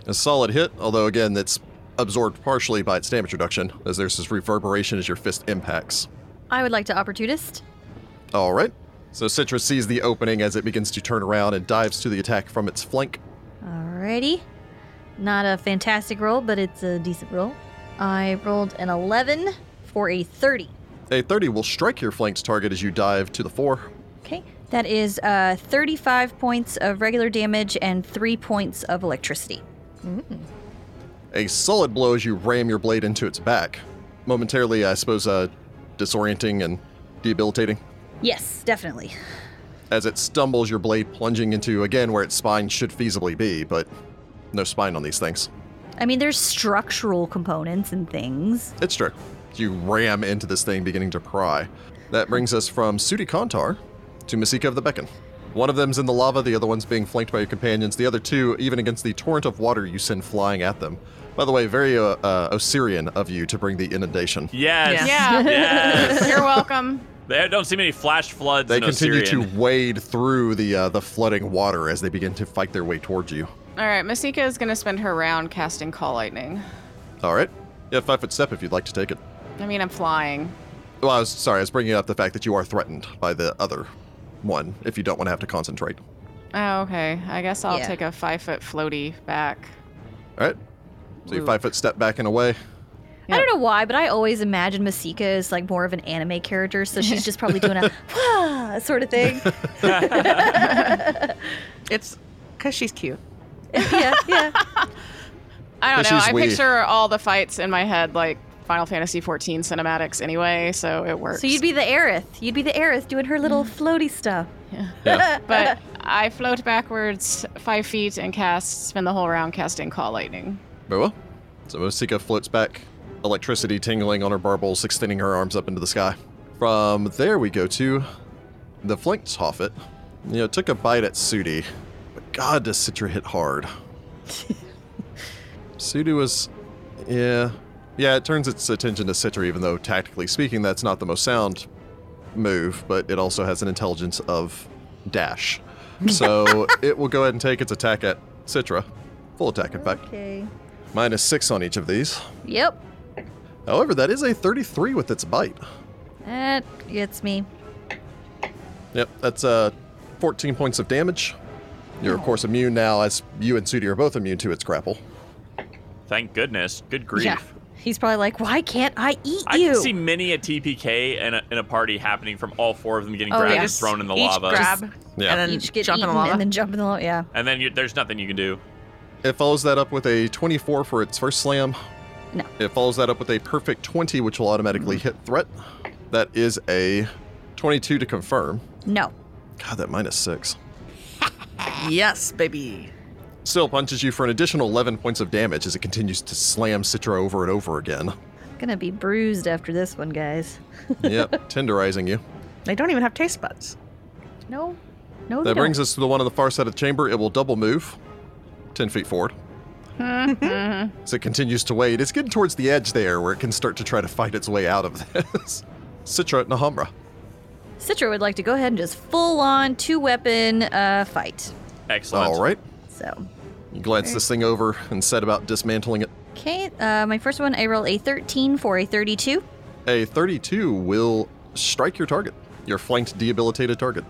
S1: A solid hit, although again, that's absorbed partially by its damage reduction, as there's this reverberation as your fist impacts.
S4: I would like to opportunist.
S1: All right. So Citra sees the opening as it begins to turn around and dives to the attack from its flank.
S4: Alrighty. Not a fantastic roll, but it's a decent roll. I rolled an 11 for a 30.
S1: A 30 will strike your flanked target as you dive to the four.
S4: Okay. That is uh, 35 points of regular damage and 3 points of electricity.
S1: A solid blow as you ram your blade into its back. Momentarily, I suppose, uh, disorienting and debilitating.
S4: Yes, definitely.
S1: As it stumbles, your blade plunging into, again, where its spine should feasibly be, but no spine on these things.
S4: I mean, there's structural components and things.
S1: It's true. You ram into this thing, beginning to pry. That brings us from Sudi Kantar to Masika of the Beacon. One of them's in the lava, the other one's being flanked by your companions, the other two, even against the torrent of water you send flying at them. By the way, very uh, uh, Osirian of you to bring the inundation.
S3: Yes.
S2: Yeah.
S3: Yes.
S2: You're welcome.
S3: There don't see many flash floods.
S1: They
S3: in
S1: continue
S3: Osirian.
S1: to wade through the uh, the flooding water as they begin to fight their way towards you.
S2: All right, Masika is going to spend her round casting Call Lightning.
S1: All right, yeah, five foot step if you'd like to take it.
S2: I mean, I'm flying.
S1: Well, I was sorry, I was bringing up the fact that you are threatened by the other one if you don't want to have to concentrate.
S2: Oh, okay. I guess I'll
S4: Yeah.
S2: take a five foot floaty back.
S1: All right, so you
S2: Ooh.
S1: five foot step back and away.
S4: I don't know why, but I always imagine Masika is like more of an anime character, so she's just probably doing a "Wah!" sort of thing.
S5: It's because she's cute.
S4: yeah, yeah.
S2: I
S1: This
S2: don't know.
S1: is
S2: I
S1: weird.
S2: picture all the fights in my head like Final Fantasy 14 cinematics anyway, so it works.
S4: So you'd be the Aerith. You'd be the Aerith doing her little floaty stuff.
S1: Yeah.
S2: but I float backwards five feet and cast, spend the whole round casting Call Lightning.
S1: Very well. So Masika floats back, electricity tingling on her barbels, extending her arms up into the sky. From there, we go to the flanked Hoffit. You know, took a bite at Sudi, but God, does Citra hit hard. Sudi was, yeah, yeah. It turns its attention to Citra, even though tactically speaking, that's not the most sound move. But it also has an intelligence of dash, so it will go ahead and take its attack at Citra, full attack in fact
S4: Okay.
S1: minus six on each of these.
S4: Yep.
S1: However, that is a 33 with its bite.
S4: That gets me.
S1: Yep, that's uh, 14 points of damage. You're, of course, immune now, as you and Sudi are both immune to its grapple.
S3: Thank goodness. Good grief.
S4: Yeah. He's probably like, why can't I eat
S3: I
S4: you?
S3: can see many a TPK and a, and a party happening from all four of them getting
S4: Oh,
S3: grabbed
S4: yeah.
S3: and thrown in the
S5: Each
S3: lava.
S5: grab
S1: Yeah.
S5: and then
S4: Each get
S5: jump in
S4: eaten
S5: the lava.
S4: and then jump in the lava. Yeah.
S3: And then you, there's nothing you can do.
S1: It follows that up with a 24 for its first slam.
S4: No.
S1: It follows that up with a perfect 20, which will automatically hit threat. That is a 22 to confirm.
S4: No.
S1: God, that minus six.
S5: yes, baby.
S1: Still punches you for an additional 11 points of damage as it continues to slam Citra over and over again.
S4: Gonna be bruised after this one, guys.
S1: yep, tenderizing you.
S5: They don't even have taste buds.
S4: No. No.
S5: Oh,
S1: That brings us to the one on the far side of the chamber. It will double move 10 feet forward.
S5: Mm-hmm.
S1: As it continues to wade, it's getting towards the edge there where it can start to try to fight its way out of this. Citra at Nahamra.
S4: Citra would like to go ahead and just full on two weapon uh, fight.
S3: Excellent.
S1: All right.
S4: So.
S1: You glance this thing over and set about dismantling it.
S4: Okay, uh, my first one, I roll a 13 for a 32.
S1: A 32 will strike your target, your flanked debilitated target.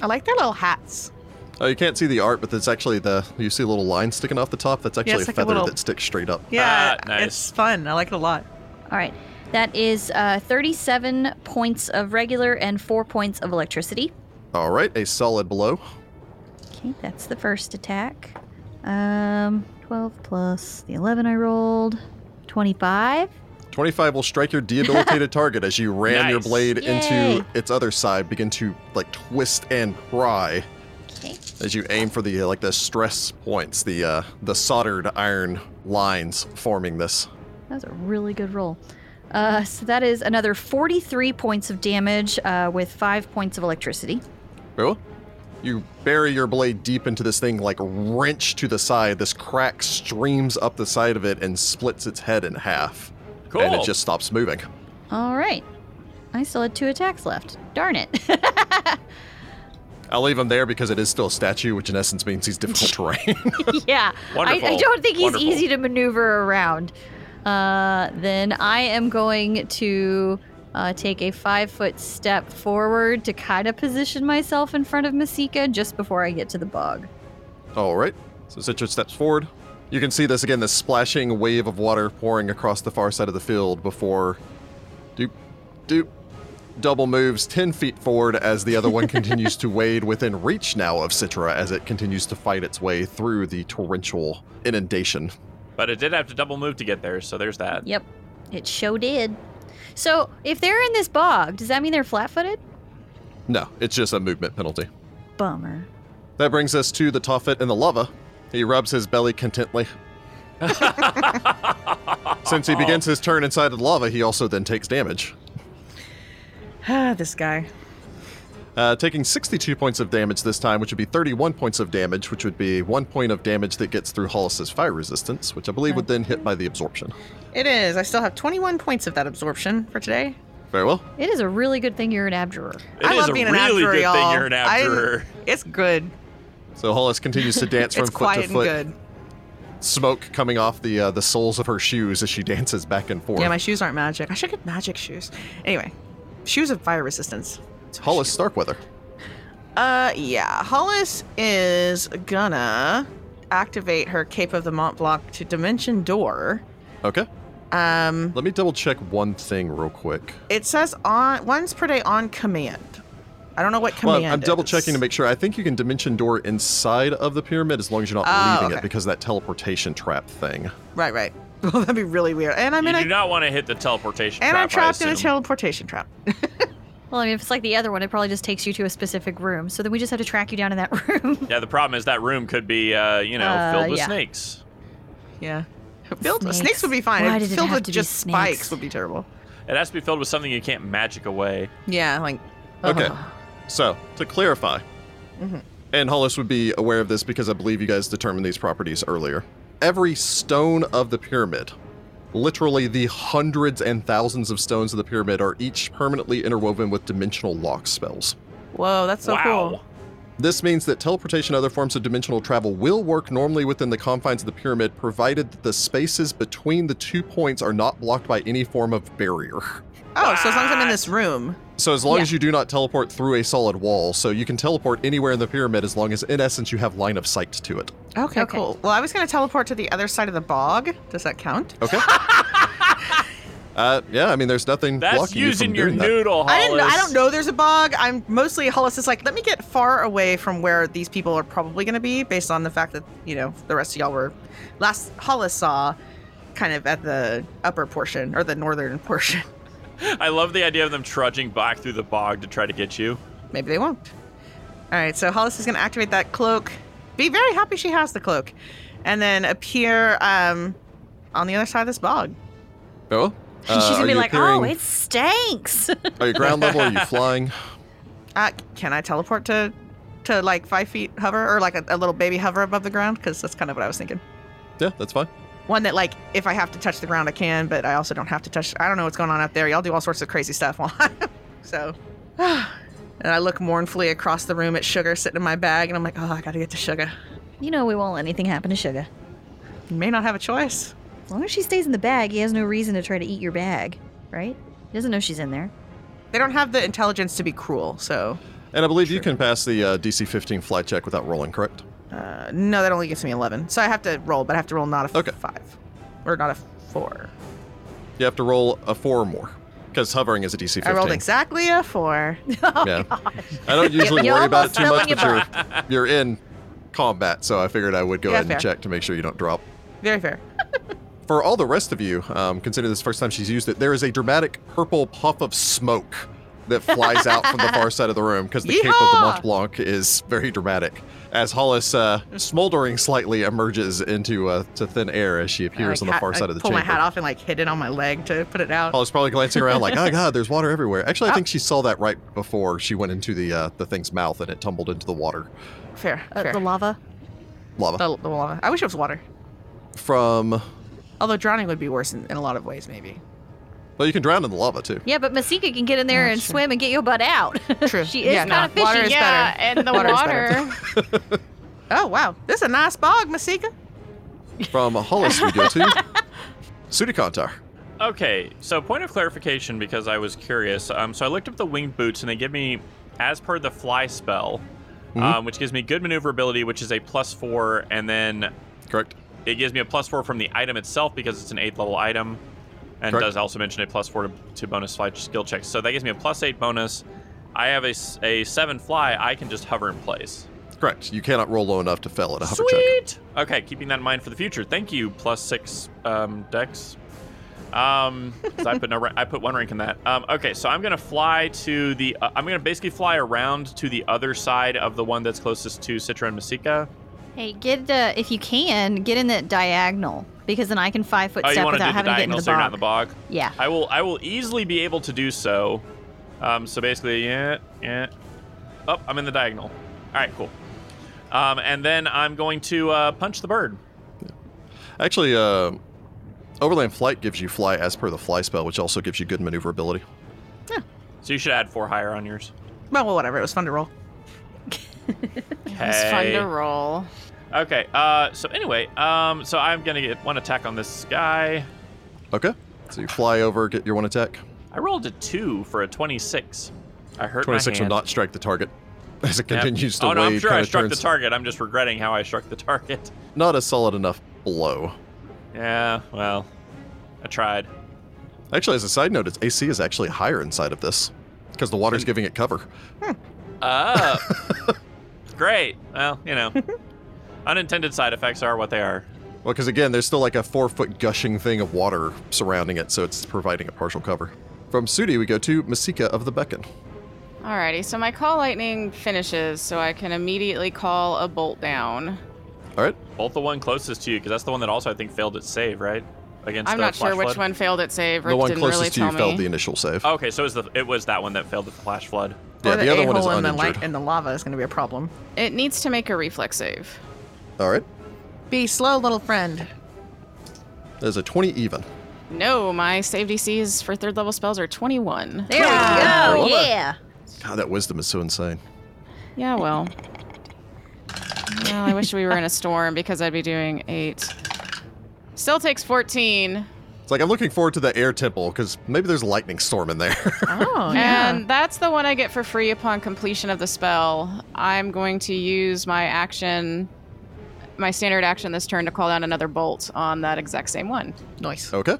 S5: I like their little hats.
S1: Oh, you can't see the art, but it's actually the you see a little line sticking off the top. That's actually
S5: it's
S1: a
S5: like a
S1: feather
S5: little-
S1: that sticks straight up.
S5: Yeah,
S3: Ah, nice.
S5: it's fun. I like it a lot.
S4: All right, that is uh, 37 points of regular and 4 points of electricity.
S1: All right, a solid blow.
S4: Okay, that's the first attack. Um, 12 plus the 11 I rolled, 25.
S1: 25 will strike your debilitated target as you ram your
S3: Nice.
S1: blade
S4: Yay.
S1: into its other side, begin to like twist and pry
S4: Okay,
S1: as you aim for the uh, like the stress points, the uh, the soldered iron lines forming this.
S4: that was a really good roll. Uh, so that is another 43 points of damage uh, with 5 points of electricity.
S1: Very well. Oh, You bury your blade deep into this thing, like wrench to the side. This crack streams up the side of it and splits its head in half,
S3: Cool.
S1: and it just stops moving.
S4: All right. I still had two attacks left. Darn it.
S1: I'll leave him there because it is still a statue, which in essence means he's difficult terrain.
S4: yeah. I, I
S3: Wonderful.
S4: don't think he's
S3: Wonderful.
S4: easy to maneuver around. Uh, then I am going to uh, take a five foot step forward to kind of position myself in front of Masika just before I get to the bog.
S1: All right. So Citra steps forward. You can see this again, this splashing wave of water pouring across the far side of the field before doop, doop, double moves 10 feet forward as the other one continues to wade within reach now of Citra as it continues to fight its way through the torrential inundation.
S3: But it did have to double move to get there, so there's that.
S4: Yep, it show did. So if they're in this bog, does that mean they're flat footed?
S1: No, it's just a movement penalty.
S4: Bummer.
S1: That brings us to the Toffet and the lava. He rubs his belly contently. Since he begins his turn inside of the lava, he also then takes damage.
S5: Ah, this guy.
S1: Uh, taking 62 points of damage this time, which would be 31 points of damage, which would be one point of damage that gets through Hollis's fire resistance, which I believe would then hit by the absorption.
S5: It is. I still have 21 points of that absorption for today.
S1: Very well.
S4: It is a really good thing you're an abjurer.
S3: It
S5: I
S3: is
S5: love
S3: a
S5: being
S3: really
S5: an abjurer,
S3: good
S5: y'all.
S3: thing you're an
S5: I-
S3: abjurer.
S5: it's good.
S1: So Hollis continues to dance from
S5: it's
S1: foot
S5: quiet
S1: to foot,
S5: and good.
S1: smoke coming off the uh, the soles of her shoes as she dances back and forth.
S5: Yeah, my shoes aren't magic. I should get magic shoes. Anyway, shoes of fire resistance. That's what I
S1: Hollis
S5: should
S1: Starkweather.
S5: do. Uh, yeah. Hollis is gonna activate her Cape of the Mont Blanc to Dimension Door.
S1: Okay.
S5: Um,
S1: Let me double check one thing real quick.
S5: it says on once per day on command. I don't know what command.
S1: well, I'm double checking
S5: is.
S1: to make sure. I think you can dimension door inside of the pyramid as long as you're not
S5: Oh,
S1: leaving it
S5: okay.
S1: because of that teleportation trap thing.
S5: Right, right. Well, that'd be really weird. And I'm
S3: you
S5: in a
S3: do not want to hit the teleportation
S5: and
S3: trap.
S5: I'm trapped
S3: I
S5: in a
S3: assume.
S5: teleportation trap.
S4: Well, I mean, if it's like the other one, it probably just takes you to a specific room. So then we just have to track you down to that room.
S3: Yeah, the problem is that room could be, uh, you know,
S4: Uh,
S3: filled with
S4: yeah.
S3: snakes.
S5: Yeah. Filled
S4: Snakes.
S5: snakes. snakes would be fine.
S4: Why
S5: If
S4: did it
S5: filled
S4: have
S5: with
S4: to be
S5: just
S4: snakes?
S5: spikes would be terrible.
S3: It has to be filled with something you can't magic away.
S5: Yeah, like
S1: Okay. So, to clarify, and Hollis would be aware of this because I believe you guys determined these properties earlier. Every stone of the pyramid, literally the hundreds and thousands of stones of the pyramid, are each permanently interwoven with dimensional lock spells.
S5: Whoa, that's so
S3: wow.
S5: cool.
S1: This means that teleportation and other forms of dimensional travel will work normally within the confines of the pyramid, provided that the spaces between the two points are not blocked by any form of barrier.
S5: Oh, so as long as I'm in this room.
S1: So as long
S4: Yeah.
S1: as you do not teleport through a solid wall, so you can teleport anywhere in the pyramid as long as, in essence, you have line of sight to it.
S5: Okay,
S4: Okay.
S5: cool. Well, I was going to teleport to the other side of the bog. Does that count?
S1: Okay. uh, yeah, I mean, there's nothing
S3: That's
S1: blocking you
S3: using
S1: from
S3: your
S1: doing that.
S3: noodle, Hollis.
S5: I didn't. I don't know. There's a bog. I'm mostly Hollis is like, let me get far away from where these people are probably going to be, based on the fact that you know the rest of y'all were last Hollis saw, kind of at the upper portion or the northern portion.
S3: I love the idea of them trudging back through the bog to try to get you.
S5: Maybe they won't. All right, so Hollis is going to activate that cloak. Be very happy she has the cloak, and then appear um, on the other side of this bog.
S1: Oh, uh,
S4: She's
S1: are
S4: gonna be
S1: you
S4: like, "Oh,
S1: appearing-
S4: it stinks."
S1: Are you ground level? Are you flying?
S5: Uh, can I teleport to, to like five feet hover or like a, a little baby hover above the ground? Because that's kind of what I was thinking.
S1: Yeah, that's fine.
S5: One that like if I have to touch the ground, I can, but I also don't have to touch. I don't know what's going on up there. Y'all do all sorts of crazy stuff. while I'm- so, and I look mournfully across the room at Sugar sitting in my bag, and I'm like, oh, I gotta get to Sugar.
S4: you know, we won't let anything happen to Sugar.
S5: You may not have a choice.
S4: As long as she stays in the bag, he has no reason to try to eat your bag, right? He doesn't know she's in there.
S5: They don't have the intelligence to be cruel, so
S1: And I believe you can pass the uh, DC 15 flight check without rolling, correct?
S5: Uh, no, that only gives me 11. So I have to roll, but I have to roll not a f-
S1: Okay.
S5: 5. Or not a 4.
S1: You have to roll a four or more because hovering is a DC 15.
S5: I rolled exactly a 4.
S1: Yeah. I don't usually
S4: You
S1: worry about it
S4: almost
S1: too
S4: fell
S1: much,
S4: in
S1: but you're, you're in combat, so I figured I would go
S5: Yeah,
S1: ahead and
S5: fair.
S1: check to make sure you don't drop.
S5: Very fair.
S1: For all the rest of you, um, consider this the first time she's used it, there is a dramatic purple puff of smoke that flies out from the far side of the room because the cape of the
S5: Yeehaw!
S1: Mont Blanc is very dramatic. As Hollis, uh, smoldering slightly, emerges into uh, to thin air as she appears
S5: I
S1: on the
S5: ha-
S1: far side of the
S5: I pull
S1: chamber.
S5: my hat off and like hid it on my leg to put it out.
S1: Hollis probably glancing around like, oh god, there's water everywhere.
S5: Oh.
S1: Actually, I think she saw that right before she went into the uh, the thing's mouth and it tumbled into the water
S5: Fair.
S4: Uh,
S5: fair.
S4: the lava.
S1: lava.
S5: The- the lava. I wish it was water.
S1: from
S5: Although drowning would be worse in, in a lot of ways, maybe.
S1: Well, you can drown in the lava too.
S4: Yeah, but Masika can get in there
S5: Oh,
S4: and
S5: true.
S4: swim and get your butt out.
S5: True.
S4: she is
S5: Yeah, no,
S4: not a
S5: water
S4: fishy.
S5: is-
S2: yeah,
S5: better.
S2: and the
S5: Water
S2: water.
S5: is Oh wow, this is a nice bog, Masika.
S1: From Hollis, we go to Sudikantar.
S3: Okay, so point of clarification because I was curious. Um, so I looked up the winged boots and they give me, as per the fly spell,
S1: Mhm.
S3: um, which gives me good maneuverability, which is a plus four, and then
S1: Correct.
S3: it gives me a plus four from the item itself because it's an eighth level item, and
S1: Correct.
S3: does also mention a plus four to, to bonus fly skill checks. So that gives me a plus eight bonus. I have a, s- a seven fly. I can just hover in place.
S1: Correct. You cannot roll low enough to fail at a hover check.
S3: Sweet. Okay, keeping that in mind for the future. Thank you. Plus six um, decks. Um, 'cause I put no, ra- I put one rank in that. Um, okay, so I'm gonna fly to the. Uh, I'm gonna basically fly around to the other side of the one that's closest to Citra and Masika. Oh,
S4: Hey, get the if you can get in that diagonal because then I can five foot
S3: Oh, you
S4: step
S3: want to
S4: without
S3: do the
S4: having to get in
S3: diagonal
S4: the
S3: so you're not
S4: bog.
S3: in the bog.
S4: yeah.
S3: I will. I will easily be able to do so. Um, so basically, yeah, yeah. Oh, I'm in the diagonal. All right, cool. Um, and then I'm going to uh, punch the bird.
S1: Actually, uh, overland flight gives you fly as per the fly spell, which also gives you good maneuverability.
S3: So you should add four higher on yours.
S5: Well, well, whatever. It was fun to roll.
S2: It's fun
S3: Okay.
S2: to roll.
S3: Okay. Uh, so anyway, um, so I'm gonna get one attack on this guy.
S1: Okay. So you fly over, get your one attack.
S3: I rolled a two for a twenty-six. I hurt my
S1: 26 will
S3: hand.
S1: not strike the target as it
S3: Yep.
S1: continues to
S3: Oh
S1: wave.
S3: no, I'm sure I
S1: kinda
S3: struck
S1: turns-
S3: the target. I'm just regretting how I struck the target.
S1: Not a solid enough blow.
S3: Yeah. Well, I tried.
S1: Actually, as a side note, its AC is actually higher inside of this because the water's giving it cover.
S3: Uh, great. Well, you know, unintended side effects are what they are.
S1: Well, because again, there's still like a four foot gushing thing of water surrounding it, so it's providing a partial cover. From Sudi, we go to Masika of the Beacon.
S2: Alrighty, so my call lightning finishes, so I can immediately call a bolt down.
S1: All right.
S3: Both the one closest to you, because that's the one that also I think failed its save, right? Against
S2: I'm
S3: the
S2: not sure
S3: flash
S2: which
S3: flood?
S2: one failed at save. Rick
S1: the one
S2: didn't
S1: closest
S2: really
S1: to you
S2: tell
S1: failed the
S2: me.
S1: initial save.
S3: Oh, okay, so it was the it was that one that failed at the flash flood.
S1: yeah,
S5: Or
S1: the other one is
S5: a-hole in the light
S1: uninjured.
S5: and the lava is going to be a problem.
S2: It needs to make a reflex save.
S1: All right.
S5: Be slow, little friend.
S1: There's a 20 even.
S2: No, my save DCs for third level spells are 21.
S4: There
S5: Yeah.
S4: we go.
S1: Well,
S4: Yeah.
S1: God, that wisdom is so insane.
S2: Yeah, well. well. I wish we were in a storm because I'd be doing eight. Still takes 14.
S1: It's like I'm looking forward to the air temple because maybe there's a lightning storm in there.
S5: Oh,
S4: Ah.
S2: And that's the one I get for free upon completion of the spell. I'm going to use my action, my standard action this turn to call down another bolt on that exact same one.
S5: nice.
S1: okay.
S2: It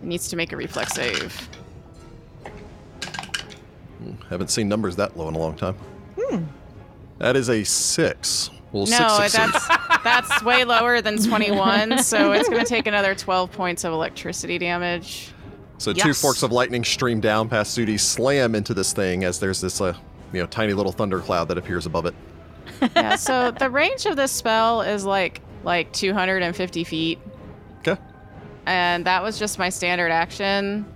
S2: needs to make a reflex save.
S1: Haven't seen numbers that low in a long time. That is a six. Well, six
S2: no,
S1: succeeds.
S2: that's that's way lower than 21, so it's going to take another 12 points of electricity damage.
S1: So two
S5: Yes.
S1: forks of lightning stream down past Sudi, slam into this thing as there's this, uh, you know, tiny little thundercloud that appears above it.
S2: Yeah, so the range of this spell is like like 250 feet,
S1: Okay.
S2: and that was just my standard action.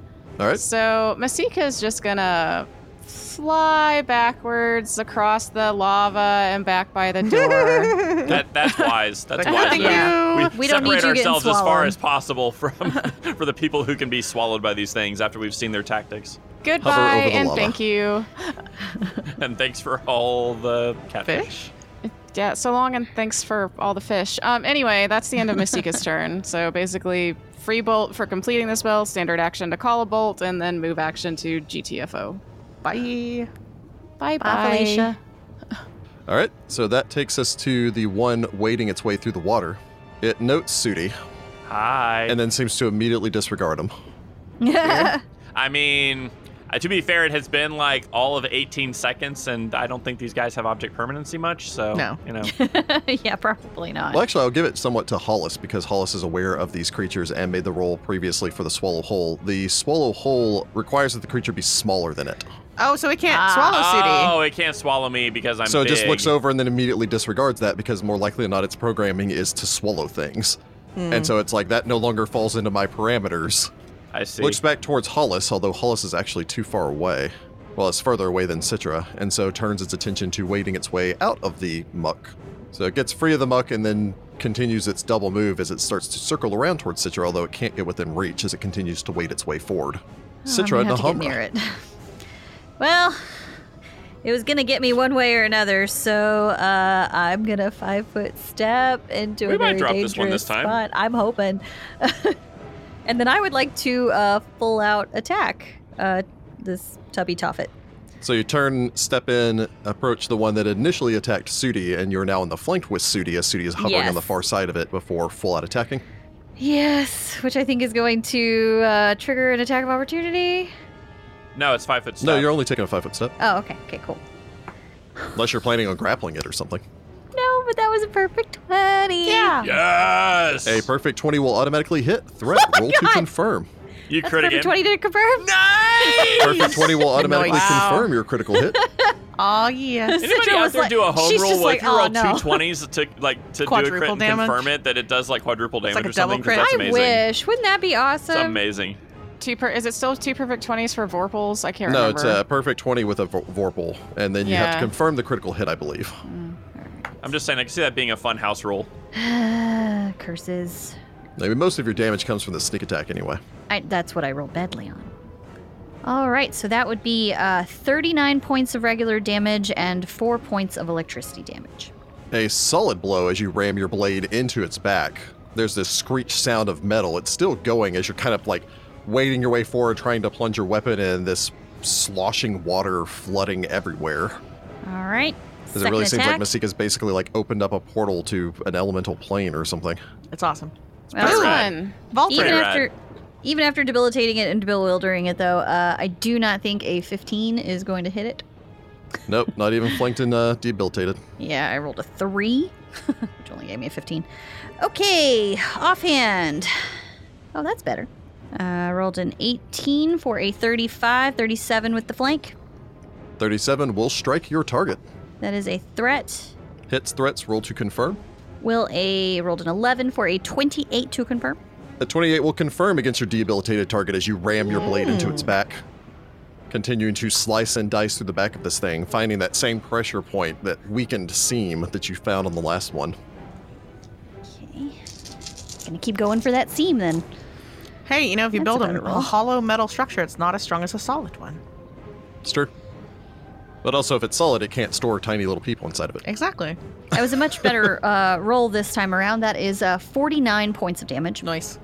S1: All right.
S2: So Masika's just gonna fly backwards across the lava and back by the door.
S3: That that's wise. That's
S5: Like,
S3: wise.
S5: thank
S3: though.
S5: you.
S3: We,
S4: We don't need
S3: separate
S4: you getting
S3: ourselves as far
S4: swallowed.
S3: as possible from for the people who can be swallowed by these things after we've seen their tactics.
S1: Hover over
S2: Goodbye
S1: the
S2: and
S1: lava.
S2: thank you.
S3: And thanks for all the catfish.
S5: Fish.
S2: Yeah, so long and thanks for all the fish. Um, anyway, that's the end of Masika's turn. So basically, free bolt for completing the spell, standard action to call a bolt, and then move action to GTFO.
S5: Bye.
S2: Bye bye,
S4: Bye, Felicia.
S1: All right. So that takes us to the one wading its way through the water. It notes Sudi
S3: Hi.
S1: and then seems to immediately disregard him.
S3: I mean, uh, to be fair, it has been like all of 18 seconds, and I don't think these guys have object permanency much. So
S5: No.
S3: you know,
S4: yeah, probably not.
S1: Well, actually, I'll give it somewhat to Hollis because Hollis is aware of these creatures and made the roll previously for the swallow hole. The swallow hole requires that the creature be smaller than it.
S5: Oh, so we can't
S4: Ah.
S5: swallow
S3: oh, it can't swallow me because I'm
S1: so it just
S3: big.
S1: looks over and then immediately disregards that because more likely than not, its programming is to swallow things. And so it's like that no longer falls into my parameters.
S3: I see.
S1: Looks back towards Hollis, although Hollis is actually too far away. Well, it's further away than Citra, and so turns its attention to wading its way out of the muck. So it gets free of the muck and then continues its double move as it starts to circle around towards Citra, although it can't get within reach as it continues to wade its way forward. Citra
S4: Oh, I'm
S1: and
S4: gonna have to get near
S1: Alhambra.
S4: it. Well, it was gonna get me one way or another, so uh, I'm gonna five foot step into
S3: We
S4: a
S3: might
S4: very
S3: drop
S4: dangerous
S3: this one this time.
S4: spot. I'm hoping. and then I would like to uh, full out attack uh, this tubby toffet.
S1: So you turn, step in, approach the one that initially attacked Sudi, and you're now in the flanked with Sudi as Sudi is hovering
S4: Yes.
S1: on the far side of it before full out attacking.
S4: Yes, which I think is going to uh, trigger an attack of opportunity.
S3: No, it's five foot.
S1: No,
S3: step.
S1: you're only taking a five foot step,
S4: Oh, okay, okay, cool.
S1: unless you're planning on grappling it or something.
S4: No, but that was a perfect twenty.
S5: Yeah.
S3: Yes.
S1: A perfect 20 will automatically hit. Threat roll to confirm.
S3: you
S4: That's
S3: crit
S4: perfect
S3: again.
S4: twenty to confirm.
S1: Perfect 20 will automatically
S5: Nice. Wow.
S1: confirm your critical hit.
S5: Oh yeah.
S3: Anybody
S4: Citra
S3: out
S4: was
S3: there
S4: like-
S3: do a home
S4: she's
S3: roll?
S4: just
S3: Well,
S4: like,
S3: if you
S4: "Oh,
S3: roll
S4: no."
S3: two twenties to like to do a
S5: Quadruple
S3: crit and
S5: damage.
S3: confirm it that it does like quadruple damage
S5: like a
S3: or
S5: double
S3: something. 'cause
S5: crit.
S3: That's
S4: I
S3: amazing.
S4: wish. Wouldn't that be awesome?
S3: It's amazing.
S2: Two per- is it still two perfect 20s for Vorpals? I can't
S1: No,
S2: remember.
S1: it's a perfect 20 with a vor- Vorpal, and then you have to
S2: Yeah.
S1: confirm the critical hit, I believe.
S3: I'm just saying, I can see that being a fun house rule.
S4: Uh, Curses.
S1: I mean, most of your damage comes from the sneak attack anyway.
S4: I, that's what I rolled badly on. All right, so that would be uh, 39 points of regular damage and 4 points of electricity damage.
S1: A solid blow as you ram your blade into its back. There's this screech sound of metal. It's still going as you're kind of like wading your way forward, trying to plunge your weapon in this sloshing water flooding everywhere.
S4: All right.
S1: Because it
S4: second
S1: really seems like
S4: attack.
S1: Masika's basically like opened up a portal to an elemental plane or something.
S5: It's awesome.
S4: Well,
S3: pretty
S2: This
S3: rad.
S2: one.
S5: Vaulted.
S4: even
S3: rad.
S4: after, even after debilitating it and bewildering it, though, uh, I do not think a 15 is going to hit it.
S1: Nope, not even flanked and uh, debilitated.
S4: Yeah, I rolled a 3, which only gave me a 15. Okay, offhand. Oh, that's better. Uh, I rolled an 18 for a 35, 37 with the flank.
S1: 37 will strike your target.
S4: That is a threat.
S1: Hits, threats, roll to confirm.
S4: Will a rolled an 11 for a 28 to confirm.
S1: The 28 will confirm against your debilitated target as you ram your blade into its back, continuing to slice and dice through the back of this thing, finding that same pressure point, that weakened seam that you found on the last one.
S4: Okay. Gonna keep going for that seam then.
S5: Hey, you know, if you
S4: That's
S5: build
S4: a
S5: a,
S4: better
S5: a
S4: roll.
S5: hollow metal structure, it's not as strong as a solid one.
S1: It's true. But also, if it's solid, it can't store tiny little people inside of it.
S5: Exactly.
S4: That was a much better uh, roll this time around. That is uh, 49 points of damage.
S5: Nice.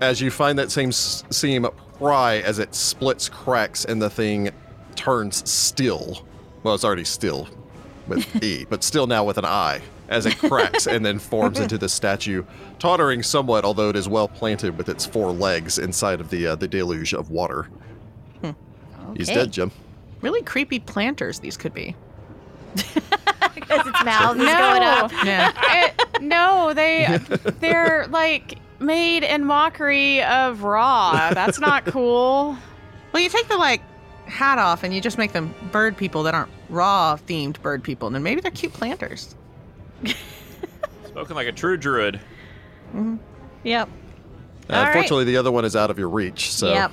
S1: As you find that same s- seam pry as it splits cracks and the thing turns still. Well, it's already still with E, but still now with an I as it cracks and then forms into the statue, tottering somewhat, although it is well planted with its four legs inside of the uh, the deluge of water. He's
S4: Okay.
S1: dead, Jim.
S5: Really creepy planters these could be.
S4: Because its mouth is
S2: No.
S4: going up.
S5: Yeah.
S2: It- no, they they're like made in mockery of raw. That's not cool.
S5: well, you take the like hat off and you just make them bird people that aren't raw themed bird people, and then maybe they're cute planters.
S3: Spoken like a true druid.
S5: Mm-hmm.
S4: Yep.
S1: Uh,
S4: All right.
S1: unfortunately, the other one is out of your reach. So,
S4: Yep.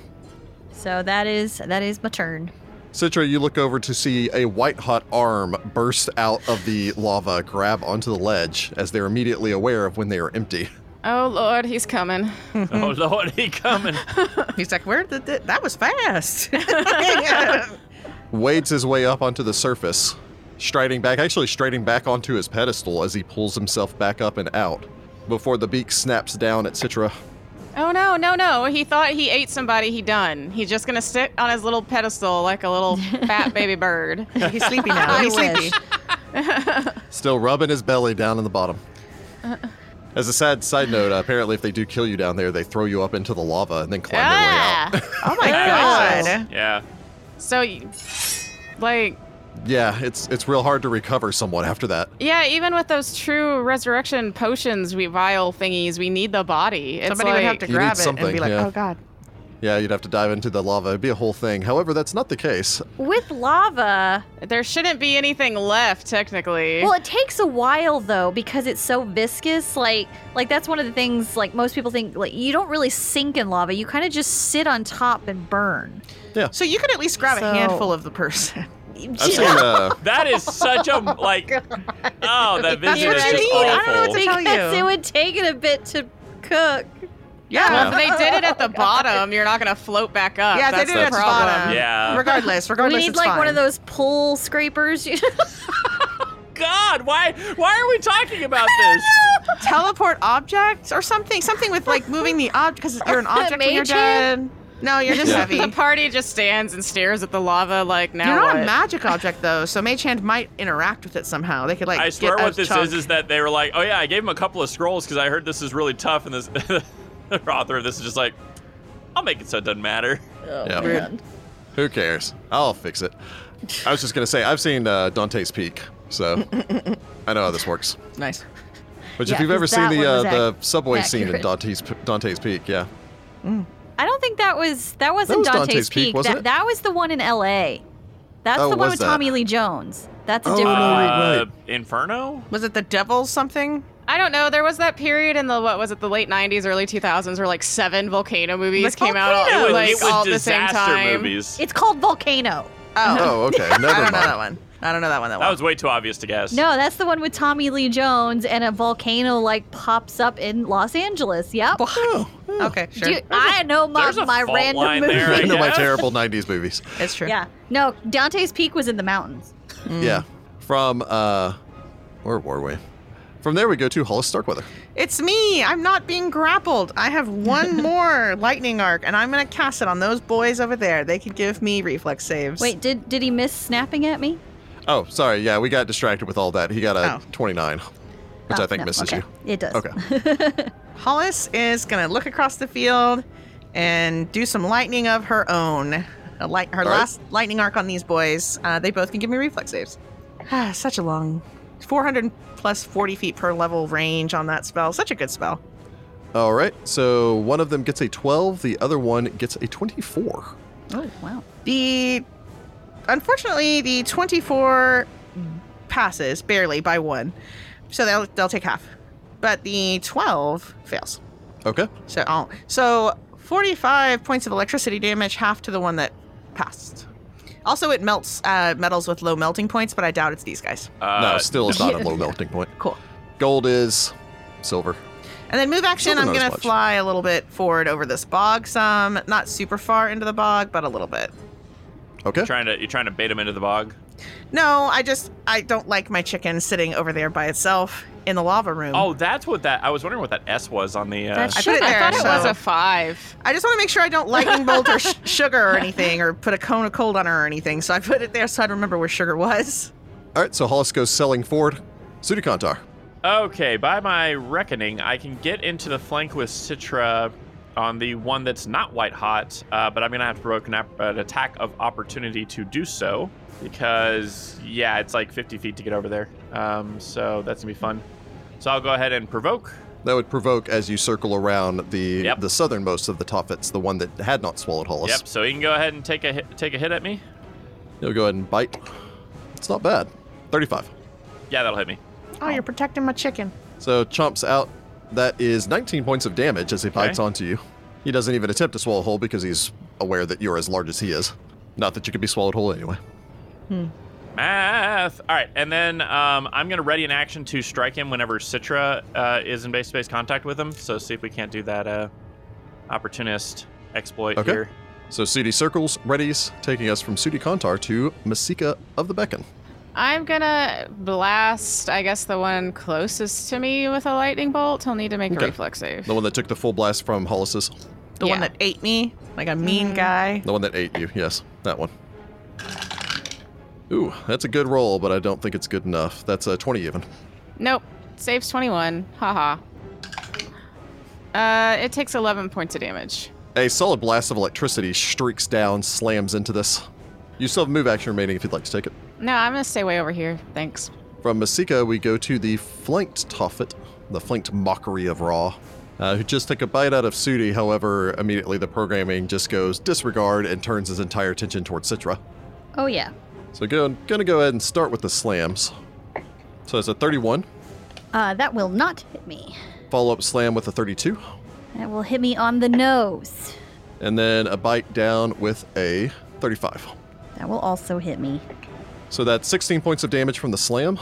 S4: So that is that is my turn.
S1: Citra, you look over to see a white hot arm burst out of the lava, grab onto the ledge, as they're immediately aware of when they are empty.
S2: Oh lord, he's coming.
S4: Mm-hmm.
S3: Oh lord, he coming.
S5: He's like, where did th- that was fast?
S1: wades his way up onto the surface, striding back, actually striding back onto his pedestal as he pulls himself back up and out before the beak snaps down at Citra.
S2: Oh no, no, no. He thought he ate somebody, he done. He's just gonna sit on his little pedestal like a little fat baby bird.
S5: He's sleepy now.
S4: I
S5: He's
S4: wish.
S5: sleepy.
S1: Still rubbing his belly down in the bottom. As a sad side note, apparently if they do kill you down there, they throw you up into the lava and then climb
S2: Ah.
S5: Oh my god.
S3: yeah.
S2: So you-
S1: their
S2: like
S1: way out. Yeah, it's it's real hard to recover someone after that.
S2: yeah, even with those true resurrection potions, we vial thingies, we need the body. It's
S5: Somebody would have
S2: like-
S5: to
S1: You need
S5: grab it and
S1: something,
S5: be like,
S1: yeah.
S5: oh god.
S1: Yeah, you'd have to dive into the lava. It'd be a whole thing. However, that's not the case.
S4: With lava,
S2: There shouldn't be anything left, technically.
S4: Well, it takes a while though because it's so viscous. Like, like that's one of the things. Like most people think, like you don't really sink in lava. You kind of just sit on top and burn.
S5: So you could at least grab
S4: So-
S5: a handful of the person.
S1: I've seen uh,
S3: That is such a like. oh,
S4: That's
S3: that vision
S4: what
S3: is
S4: I
S3: just
S4: mean. I
S5: don't know what
S3: awful.
S5: to- tell
S4: Because
S5: you.
S4: it would take it a bit to cook.
S5: Yeah.
S2: Well, if they did it at the bottom, you're not gonna float back up.
S5: Yeah, they
S2: That's
S5: did
S2: the
S5: it at the
S2: problem.
S5: bottom.
S3: Yeah.
S5: Regardless,
S4: we
S5: regardless,
S4: need
S5: it's
S4: like one
S5: fine.
S4: of those pull scrapers. you know?
S3: God, why why are we talking about this?
S5: teleport objects or something. Something with like moving the object because you're an object when you're
S4: Mage hand?
S5: dead. No, you're just
S1: Yeah.
S5: heavy.
S2: The party just stands and stares at the lava like now
S5: You're not
S2: what?
S5: a magic object though, so Mage Hand might interact with it somehow. They could like.
S3: I
S5: get
S3: swear
S5: a
S3: what this
S5: chunk.
S3: is is that they were like, oh yeah, I gave him a couple of scrolls because I heard this is really tough, and this the author of this is just like, I'll make it so it doesn't matter.
S4: Oh,
S1: Yeah.
S4: man.
S1: Who cares? I'll fix it. I was just gonna say I've seen uh, Dante's Peak, so I know how this works.
S5: nice.
S1: Which
S4: Yeah,
S1: if you've
S4: 'cause
S1: ever seen
S4: that
S1: the
S4: one
S1: uh,
S4: was
S1: the subway scene in
S4: accurate.
S1: Dante's P- Dante's Peak, yeah,
S4: I don't think that was that wasn't
S1: was
S4: Dante's,
S1: Dante's Peak,
S4: Peak.
S1: wasn't
S4: that
S1: it?
S4: that was the one in L.A. That's
S1: Oh,
S4: the one
S1: was
S4: with
S1: that?
S4: Tommy Lee Jones. That's a
S1: Oh,
S4: different
S1: no,
S4: one.
S1: right,
S3: Uh, Inferno?
S5: Was it the devil something?
S2: I don't know. There was that period in the what was it, the late '90s, early 2000s, where like seven volcano movies
S5: Like
S2: came out all,
S5: Volcano! It was-
S2: like
S3: it was
S2: all at the same
S3: disaster
S2: time.
S3: movies.
S4: It's called Volcano.
S5: Oh,
S1: Oh, okay. Never
S5: I don't
S1: mind.
S5: know that one. I don't know that one. That,
S3: that
S5: one.
S3: was way too obvious to guess.
S4: No, that's the one with Tommy Lee Jones and a volcano like pops up in Los Angeles. Yep.
S1: Oh, oh.
S5: okay. Sure,
S4: Dude, I know my,
S3: There's a
S4: my
S3: fault
S4: random
S3: line
S4: movie.
S3: there,
S1: I know my
S3: guess.
S1: terrible '90s movies.
S5: it's true.
S4: Yeah. No, Dante's Peak was in the mountains.
S1: Yeah, from uh, where were we? From there we go to Hollis Starkweather.
S5: It's me. I'm not being grappled. I have one more lightning arc, and I'm gonna cast it on those boys over there. They could give me reflex saves.
S4: Wait, did did he miss snapping at me?
S1: Oh, sorry. Yeah, we got distracted with all that. He got a
S5: Oh.
S1: 29, which
S4: Oh,
S1: I think
S4: no,
S1: misses
S4: okay.
S1: you.
S4: It does.
S1: Okay.
S5: Hollis is gonna look across the field and do some lightning of her own. A light, her
S1: All right.
S5: last lightning arc on these boys. Uh, they both can give me reflex saves. Ah, Such a long, 400 plus 40 feet per level range on that spell. Such a good spell.
S1: All right. So one of them gets a 12, the other one gets a 24.
S4: Oh wow.
S5: The unfortunately the 24 passes barely by one, so they'll they'll take half, but the 12 fails.
S1: Okay.
S5: So oh, so 45 points of electricity damage, half to the one that passed. Also, it melts uh, metals with low melting points, but I doubt it's these guys.
S3: Uh,
S1: no, still it's not a low melting point.
S5: Cool.
S1: Gold is silver.
S5: And then move action,
S1: Still
S5: I'm
S1: not as
S5: gonna
S1: much.
S5: fly a little bit forward over this bog some, not super far into the bog, but a little bit.
S1: Okay.
S3: Trying to, you're trying to bait him into the bog?
S5: No, I just I don't like my chicken sitting over there by itself in the lava room.
S3: Oh, that's what that. I was wondering what that S was on the. Uh,
S4: That's
S5: I put it
S4: sugar.
S5: there,
S2: I thought it was
S5: so-
S2: a five.
S5: I just want to make sure I don't lightning bolt or sh- sugar or anything, or put a cone of cold on her or anything. So I put it there so I'd remember where sugar was.
S1: All right. So Hollis goes selling forward. Sudikantar.
S3: Okay, by my reckoning, I can get into the flank with Citra on the one that's not white hot, uh, but I'm gonna have to provoke an, app- an attack of opportunity to do so because yeah, it's like 50 feet to get over there. Um, so that's gonna be fun. So I'll go ahead and provoke.
S1: That would provoke as you circle around the
S3: Yep.
S1: the southernmost of the Toffets, the one that had not swallowed Hollis.
S3: Yep. So he can go ahead and take a hit, take a hit at me.
S1: He'll go ahead and bite. It's not bad. 35.
S3: Yeah, that'll hit me.
S5: Oh, you're protecting my chicken.
S1: So chomps out. That is 19 points of damage as he bites
S3: Okay.
S1: onto you. He doesn't even attempt to swallow whole because he's aware that you're as large as he is. Not that you could be swallowed whole anyway.
S3: Math. All right, and then um, I'm gonna ready an action to strike him whenever Citra uh, is in base to base contact with him. So see if we can't do that uh, opportunist exploit
S1: Okay.
S3: here.
S1: So Sudi circles, readies, taking us from Sudi Kantar to Masika of the Beacon.
S2: I'm gonna blast, I guess, the one closest to me with a lightning bolt. He'll need to make
S1: Okay.
S2: a reflex save.
S1: The one that took the full blast from Hollis's.
S5: The one
S2: Yeah.
S5: that ate me, like a mean guy.
S1: The one that ate you. Yes, that one. Ooh, that's a good roll, but I don't think it's good enough. That's a 20 even.
S2: Nope. Saves 21. Haha. Uh, it takes 11 points of damage.
S1: A solid blast of electricity streaks down, slams into this. You still have move action remaining if you'd like to take it.
S2: No, I'm gonna stay way over here. Thanks.
S1: From Masika, we go to the flanked Toffet, the flanked mockery of Raw, uh, who just took a bite out of Sudi. However, immediately the programming just goes disregard and turns his entire attention towards Citra.
S4: Oh yeah.
S1: So go, gonna go ahead and start with the slams. So it's a 31,
S4: Uh, that will not hit me.
S1: follow up slam with a 32,
S4: That will hit me on the nose.
S1: and then a bite down with a 35.
S4: That will also hit me.
S1: So that's 16 points of damage from the slam,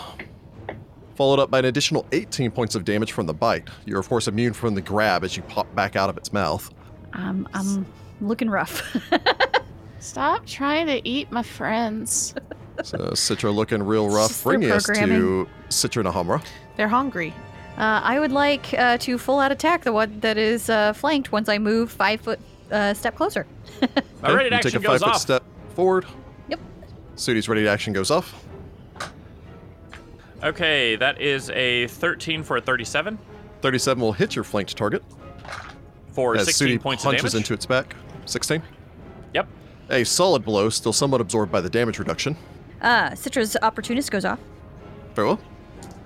S1: followed up by an additional 18 points of damage from the bite. You're, of course, immune from the grab as you pop back out of its mouth.
S4: I'm Um, I'm looking rough.
S2: Stop trying to eat my friends.
S1: So, Uh, Citra looking real rough,
S4: just their
S1: bringing us to
S4: programming.
S1: Citra Nahamra.
S5: They're hungry.
S4: Uh, I would like uh, to full out attack the one that is uh, flanked once I move five foot uh, step closer.
S3: My ready
S1: you
S3: to action
S1: take a
S3: goes
S1: five foot
S3: off.
S1: step forward.
S4: Yep.
S1: Sudi's ready to action goes off.
S3: Okay, that is a 13 for a 37
S1: 37 will hit your flanked target
S3: for
S1: as
S3: 16
S1: Sudi
S3: points of
S1: punches
S3: damage.
S1: into its back. 16.
S3: yep.
S1: A solid blow, still somewhat absorbed by the damage reduction.
S4: Uh, Citra's opportunist goes off.
S1: Very well.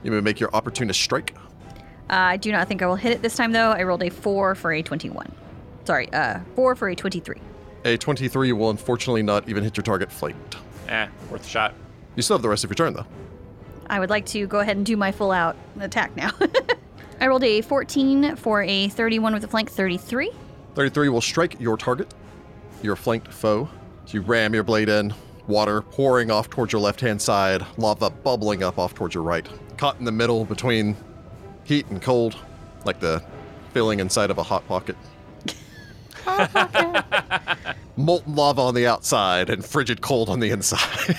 S1: You may make your opportunist strike.
S4: Uh, I do not think I will hit it this time, though. I rolled a four for a 21. Sorry, uh, four for a 23.
S1: A 23 will unfortunately not even hit your target flanked.
S3: Eh, worth a shot.
S1: You still have the rest of your turn, though.
S4: I would like to go ahead and do my full out attack now. I rolled a 14 for a 31 with a flank 33.
S1: 33 will strike your target, your flanked foe. You ram your blade in, water pouring off towards your left hand side, lava bubbling up off towards your right. Caught in the middle between heat and cold, like the filling inside of a hot pocket. Molten lava on the outside and frigid cold on the inside.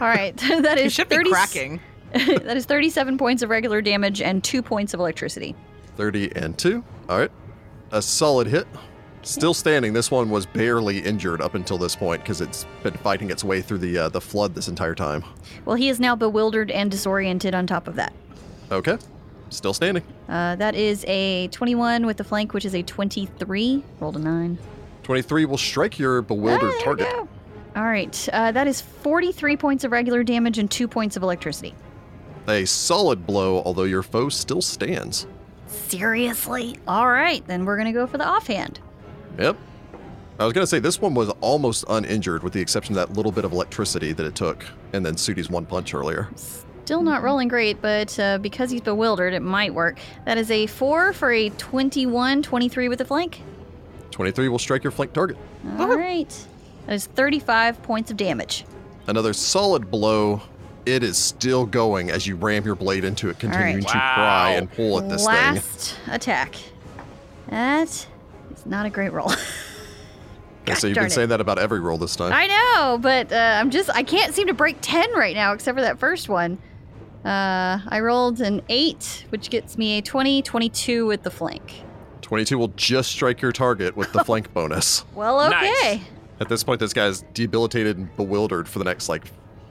S4: All right, that
S5: You
S4: is
S5: should
S4: 30
S5: be cracking.
S4: that is 37 points of regular damage and two points of electricity.
S1: 30 and 2. All right. A solid hit. Still standing. This one was barely injured up until this point because it's been fighting its way through the uh, the flood this entire time.
S4: Well, he is now bewildered and disoriented. On top of that,
S1: Okay. Still standing.
S4: uh, that is a 21 with the flank, which is a 23. Rolled a nine.
S1: 23 will strike your bewildered
S4: Ah, there we
S1: target.
S4: go. All right, uh, that is 43 points of regular damage and two points of electricity.
S1: A solid blow, although your foe still stands.
S4: Seriously? All right, then we're gonna go for the offhand.
S1: Yep. I was going to say this one was almost uninjured with the exception of that little bit of electricity that it took and then Sudi's one punch earlier.
S4: Still
S1: Mm-hmm.
S4: not rolling great, but uh, because he's bewildered, it might work. That is a 4 for a 21, 23 with a flank.
S1: 23 will strike your flank target.
S4: All right. That is 35 points of damage.
S1: Another solid blow. It is still going as you ram your blade into it, continuing
S4: right.
S1: to pry
S3: Wow.
S1: and pull at this thing.
S4: Last attack. That is not a great roll.
S1: Okay, so
S4: God
S1: you've
S4: darn
S1: been
S4: it.
S1: saying that about every roll this time.
S4: I know, but uh, I'm just, I can't seem to break 10 right now, except for that first one. Uh, I rolled an 8, which gets me a 20, 22 with the flank.
S1: 22 will just strike your target with the flank bonus.
S4: Well,
S3: Nice.
S4: okay.
S1: At this point, this guy's debilitated and bewildered for the next like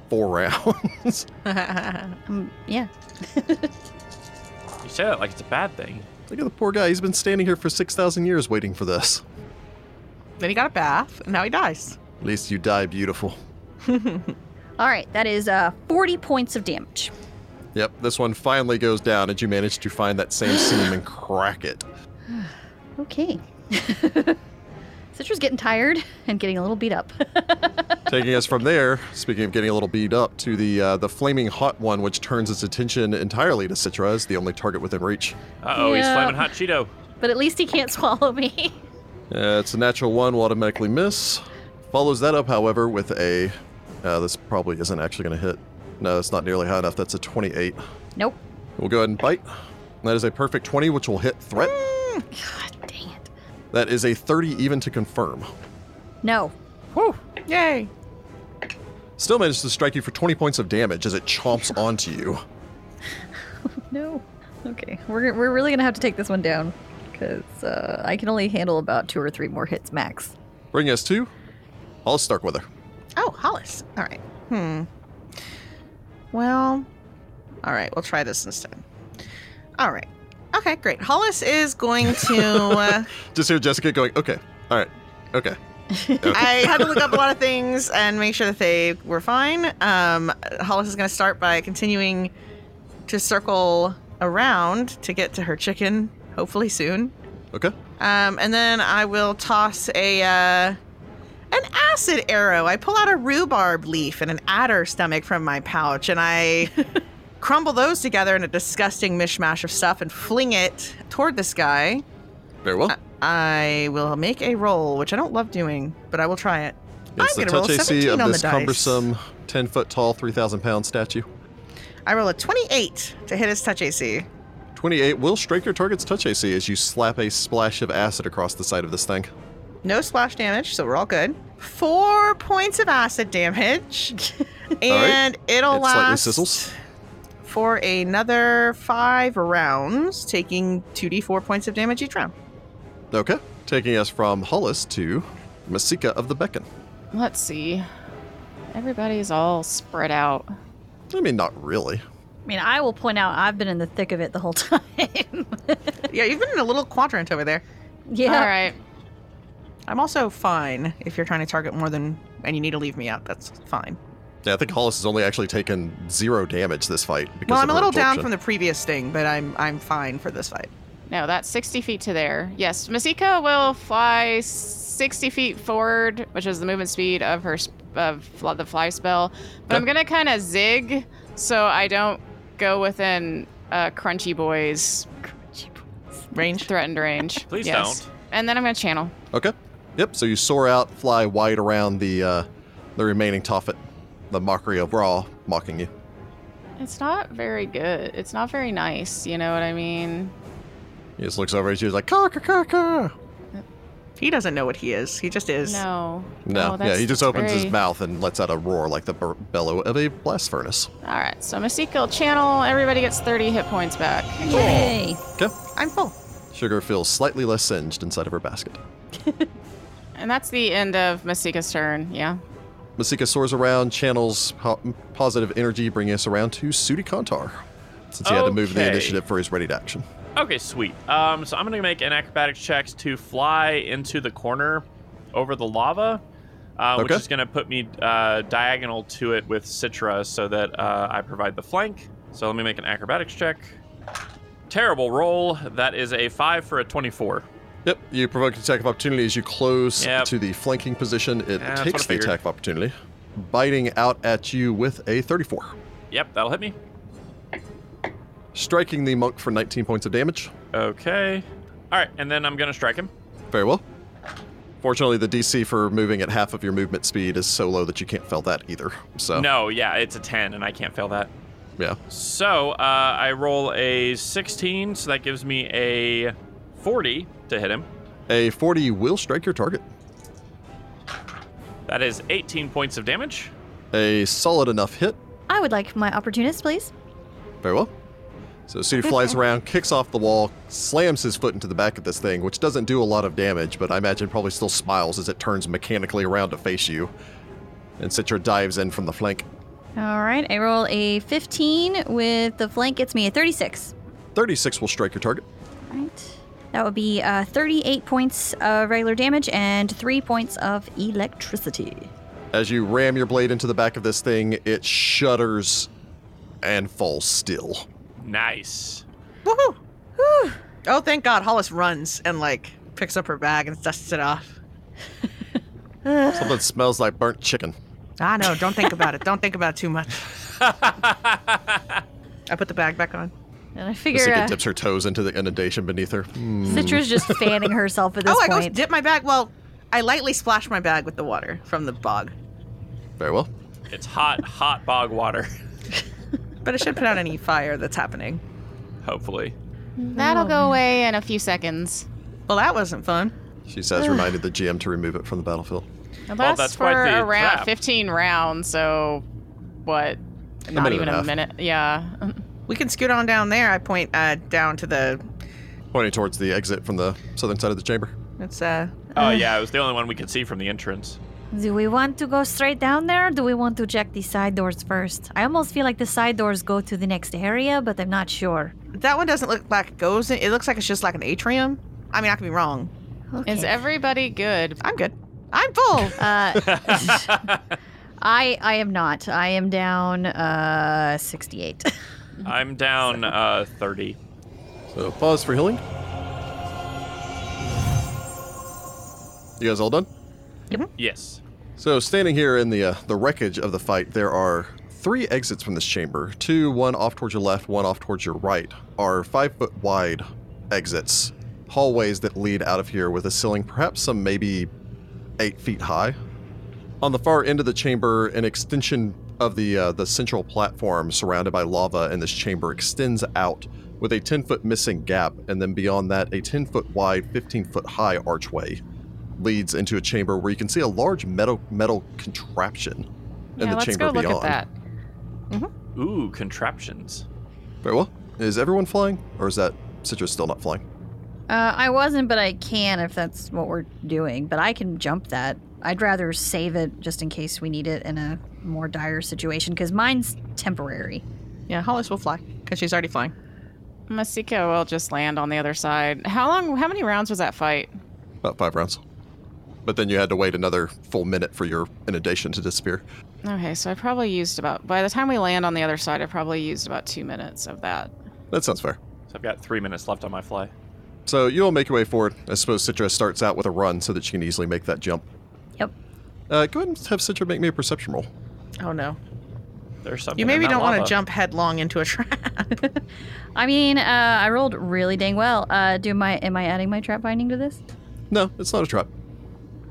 S1: four rounds.
S4: Um, yeah.
S3: You say that like it's a bad thing.
S1: Look at the poor guy. He's been standing here for 6,000 years waiting for this.
S5: then he got a bath, and now he dies.
S1: At least you die beautiful.
S4: All right, that is uh, 40 points of damage.
S1: Yep, this one finally goes down, and you manage to find that same seam and crack it.
S4: Okay. Citra's getting tired and getting a little beat up.
S1: Taking us from there, speaking of getting a little beat up, to the uh, the flaming hot one, which turns its attention entirely to Citra as the only target within reach.
S3: Uh oh, he's
S4: Yeah.
S3: flaming hot Cheeto.
S4: but at least he can't swallow me.
S1: Uh, it's a natural one, will automatically miss. Follows that up, however, with a. Uh, this probably isn't actually going to hit. No, it's not nearly high enough. That's a 28.
S4: nope.
S1: We'll go ahead and bite. That is a perfect 20, which will hit threat.
S4: God dang it.
S1: That is a 30 even to confirm.
S4: No.
S5: Whew. Yay.
S1: Still manages to strike you for 20 points of damage as it chomps onto you.
S4: No. Okay. We're, we're really going to have to take this one down because uh, I can only handle about two or three more hits max.
S1: Bringing us to I'll start with her.
S5: Oh, Hollis. All right. Hmm. Well, all right. We'll try this instead. All right. Okay, great. Hollis is going to. Uh,
S1: Just hear Jessica going, okay, all right, okay.
S5: I had to look up a lot of things and make sure that they were fine. Um, Hollis is going to start by continuing to circle around to get to her chicken, hopefully soon.
S1: Okay.
S5: Um, and then I will toss a uh, an acid arrow. I pull out a rhubarb leaf and an adder stomach from my pouch, and I crumble those together in a disgusting mishmash of stuff and fling it toward this guy.
S1: Very well.
S5: I will make a roll, which I don't love doing, but I will try it.
S1: It's
S5: I'm
S1: the
S5: gonna roll
S1: touch AC
S5: 17
S1: of
S5: on the
S1: this
S5: dice.
S1: cumbersome 10 foot tall, 3,000 pound statue.
S5: I roll a 28 to hit his touch AC.
S1: 28 will strike your target's touch AC as you slap a splash of acid across the side of this thing.
S5: No splash damage, so we're all good. Four points of acid damage, and it'll
S1: It slightly
S5: last
S1: sizzles.
S5: for another five rounds, taking 2d4 points of damage each round.
S1: Okay. Taking us from Hollis to Masika of the Beacon.
S2: Let's see. Everybody's all spread out.
S1: I mean, not really.
S4: I mean, I will point out I've been in the thick of it the whole time.
S5: Yeah, you've been in a little quadrant over there.
S4: yeah.
S2: All right.
S5: I'm also fine if you're trying to target more than, and you need to leave me out. That's fine.
S1: Yeah, I think Hollis has only actually taken zero damage this fight. Because
S5: Well,
S1: of
S5: I'm a
S1: her
S5: little down
S1: absorption.
S5: from the previous thing, but I'm I'm fine for this fight.
S2: No, that's 60 feet to there. Yes, Masika will fly 60 feet forward, which is the movement speed of her sp- of fl- the fly spell. But I'm
S1: Okay.
S2: gonna kind of zig so I don't go within uh, Crunchy Boy's
S5: Range.
S2: threatened range.
S3: Please
S2: Yes.
S3: don't.
S2: And then I'm gonna channel.
S1: Okay. Yep. So you soar out, fly wide around the uh, the remaining Toffet, the mockery of Raw mocking you.
S2: It's not very good. It's not very nice. You know what I mean?
S1: He just looks over at you, he's like, "Caw, caw, caw, caw."
S5: He doesn't know what he is. He just is.
S2: No.
S1: No, yeah,
S2: Oh, that's
S1: he just opens his
S2: very-
S1: mouth and lets out a roar like the bur- bellow of a blast furnace.
S2: All right. So Masika will channel. Everybody gets 30 hit points back.
S4: Yay.
S1: Okay.
S5: I'm full.
S1: Sugar feels slightly less singed inside of her basket.
S2: And that's the end of Masika's turn. Yeah.
S1: Masika soars around, channels po- positive energy, bringing us around to Sudi Kantar, since he had to move the
S3: Okay.
S1: initiative for his ready to action.
S3: Okay, sweet. Um, so I'm gonna make an acrobatics checks to fly into the corner over the lava, uh, which
S1: Okay.
S3: is gonna put me uh, diagonal to it with Citra, so that uh, I provide the flank. So let me make an acrobatics check. Terrible roll. That is a five for a twenty-four.
S1: Yep, you provoke an attack of opportunity as you close
S3: Yep.
S1: to the flanking position. It
S3: Yeah, that's what I
S1: takes the
S3: figured.
S1: attack of opportunity, biting out at you with a 34,
S3: Yep, that'll hit me.
S1: striking the monk for 19 points of damage.
S3: Okay. All right, and then I'm gonna strike him.
S1: Very well. Fortunately, the DC for moving at half of your movement speed is so low that you can't fail that either. So,
S3: No, yeah, it's a ten, and I can't fail that.
S1: yeah.
S3: So uh, I roll a sixteen, so that gives me a forty to hit him.
S1: A 40 will strike your target.
S3: That is 18 points of damage.
S1: A solid enough hit.
S4: I would like my opportunist, please.
S1: Very well. So Sudi flies around, kicks off the wall, slams his foot into the back of this thing, which doesn't do a lot of damage, but I imagine probably still smiles as it turns mechanically around to face you. And Citra dives in from the flank.
S4: All right. I roll a 15 with the flank. Gets me a 36.
S1: 36 will strike your target.
S4: All right. That would be uh, 38 points of regular damage and 3 points of electricity.
S1: As you ram your blade into the back of this thing, it shudders and falls still.
S3: Nice.
S5: Woohoo! Oh, thank God. Hollis runs and like picks up her bag and dusts it off.
S1: Something smells like burnt chicken.
S5: I know. Ah, Don't think about it. Don't think about it too much. I put the bag back on.
S4: And I figure
S1: Masika
S4: uh,
S1: dips her toes into the inundation beneath her. Hmm.
S4: Citra's just fanning herself at this
S5: oh, I go
S4: point.
S5: dip my bag. Well, I lightly splash my bag with the water from the bog,
S1: Very well.
S3: It's hot, hot bog water,
S5: but it should put out any fire that's happening.
S3: hopefully.
S2: That'll go away in a few seconds.
S5: Well, that wasn't fun.
S1: She says, reminded the GM to remove it from the battlefield.
S2: It
S3: Well,
S2: lasts
S3: that's
S2: for
S3: quite the
S2: around
S3: trap.
S2: 15 rounds, so what? Not
S1: minute
S2: even
S1: and a
S2: a
S1: half.
S2: minute. Yeah.
S5: We can scoot on down there. I point uh, down to the.
S1: Pointing towards the exit from the southern side of the chamber.
S5: It's uh.
S3: Oh, yeah, it was the only one we could see from the entrance.
S4: Do we want to go straight down there or do we want to check the side doors first? I almost feel like the side doors go to the next area, but I'm not sure.
S5: That one doesn't look like it goes. In. It looks like it's just like an atrium. I mean, I could be wrong.
S2: Is everybody good?
S5: I'm good. I'm full.
S4: Uh, I I am not. I am down uh 68.
S3: I'm down uh, 30.
S1: So Uh, pause for healing. You guys all done?
S3: Yes.
S1: So standing here in the uh, the wreckage of the fight, there are three exits from this chamber. Two, one off towards your left, one off towards your right, are five foot wide exits, hallways that lead out of here with a ceiling perhaps some maybe eight feet high. On the far end of the chamber, an extension of the uh, the central platform surrounded by lava in this chamber extends out with a 10 foot missing gap, and then beyond that, a 10 foot wide, 15 foot high archway leads into a chamber where you can see a large metal metal contraption in
S2: yeah,
S1: the
S2: let's
S1: chamber
S2: go look
S1: beyond.
S2: at that.
S3: Ooh, contraptions.
S1: Very well. Is everyone flying, or is that Citrus still not flying?
S4: Uh, I wasn't, but I can if that's what we're doing. But I can jump that. I'd rather save it just in case we need it in a more dire situation because mine's temporary.
S5: Yeah, Hollis will fly because she's already flying.
S2: Masika will just land on the other side. How long? How many rounds was that fight?
S1: About five rounds. But then you had to wait another full minute for your inundation to disappear.
S2: Okay, so I probably used about. By the time we land on the other side, I probably used about two minutes of that.
S1: That sounds fair.
S3: So I've got three minutes left on my fly.
S1: So you'll make your way forward. I suppose Citra starts out with a run so that she can easily make that jump.
S4: Yep.
S1: Uh, go ahead and have Citra make me a perception roll.
S5: Oh no.
S3: There's something.
S5: You
S3: in
S5: maybe
S3: that
S5: don't want
S3: lava.
S5: to jump headlong into a trap.
S4: I mean, uh, I rolled really dang well. Uh, do my am I adding my trap binding to this?
S1: No, it's not a trap.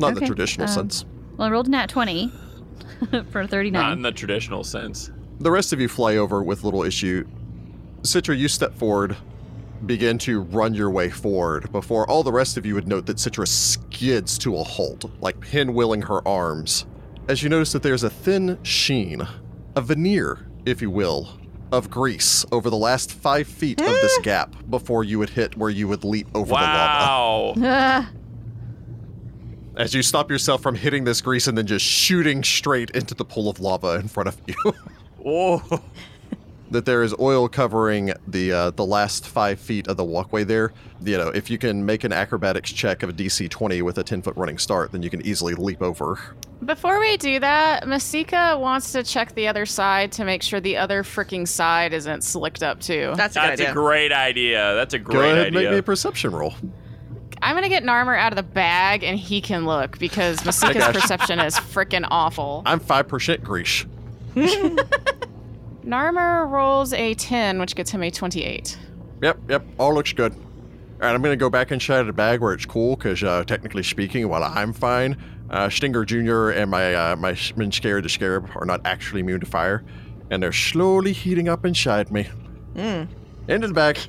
S1: Not in the
S4: Okay,
S1: traditional
S4: um,
S1: sense.
S4: Well, I rolled a nat twenty for thirty
S3: Not
S4: nine.
S3: in the traditional sense.
S1: The rest of you fly over with little issue. Citra, you step forward, begin to run your way forward before all the rest of you would note that Citra skids to a halt, like pinwheeling her arms, as you notice that there's a thin sheen, a veneer, if you will, of grease over the last five feet of this gap before you would hit where you would leap over the lava.
S3: Wow.
S4: Ah,
S1: as you stop yourself from hitting this grease and then just shooting straight into the pool of lava in front of you.
S3: Whoa.
S1: that there is oil covering the uh, the last five feet of the walkway there. You know, if you can make an acrobatics check of a DC 20 with a 10 foot running start, then you can easily leap over.
S2: Before we do that, Masika wants to check the other side to make sure the other freaking side isn't slicked up too.
S5: That's a good
S3: That's
S5: idea.
S3: a great idea. That's a
S1: Go
S3: great
S1: ahead and make me
S3: idea.
S1: a perception roll.
S2: I'm gonna get Narmer out of the bag and he can look because Masika's perception is freaking awful.
S1: I'm 5% Greesh.
S2: Narmer rolls a 10, which gets him a 28.
S1: Yep, yep, all looks good. All right, I'm going to go back inside of the bag where it's cool because, uh, technically speaking, while I'm fine, uh, Stinger Jr. and my uh, my Shmin Scared the Scarab are not actually immune to fire, and they're slowly heating up inside me.
S2: Hmm.
S5: Mm.
S1: Into the bag.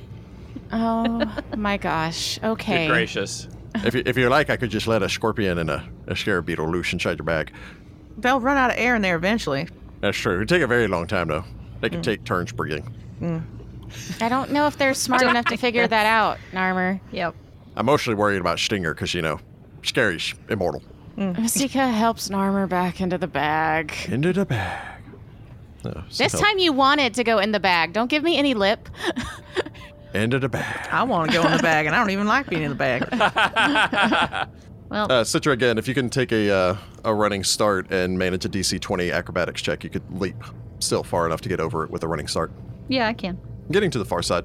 S2: Oh my gosh.
S3: Good
S2: Okay.
S3: gracious.
S1: if, you, if you like, I could just let a scorpion and a, a scarab beetle loose inside your bag.
S5: They'll run out of air in there eventually.
S1: That's true. It would take a very long time, though. They
S2: Hmm.
S1: could take turns breathing.
S2: I don't know if they're smart enough to figure that out, Narmer.
S4: yep.
S1: I'm mostly worried about Stinger because, you know, Scary's immortal.
S2: Masika helps Narmer back into the bag.
S1: Into the bag. Oh, some
S2: This
S1: help.
S2: time you wanted to go in the bag. Don't give me any lip.
S1: Into the bag.
S5: I want to go in the bag, and I don't even like being in the bag.
S4: Well,
S1: Uh, Citra, again, if you can take a, uh, a running start and manage a DC 20 acrobatics check, you could leap still far enough to get over it with a running start.
S4: yeah, I can.
S1: Getting to the far side.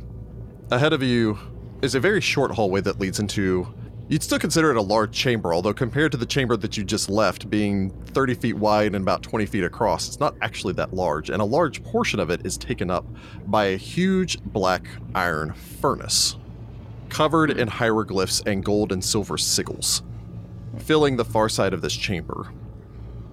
S1: Ahead of you is a very short hallway that leads into. You'd still consider it a large chamber, although compared to the chamber that you just left, being 30 feet wide and about 20 feet across, it's not actually that large. And a large portion of it is taken up by a huge black iron furnace, covered in hieroglyphs and gold and silver sigils, filling the far side of this chamber.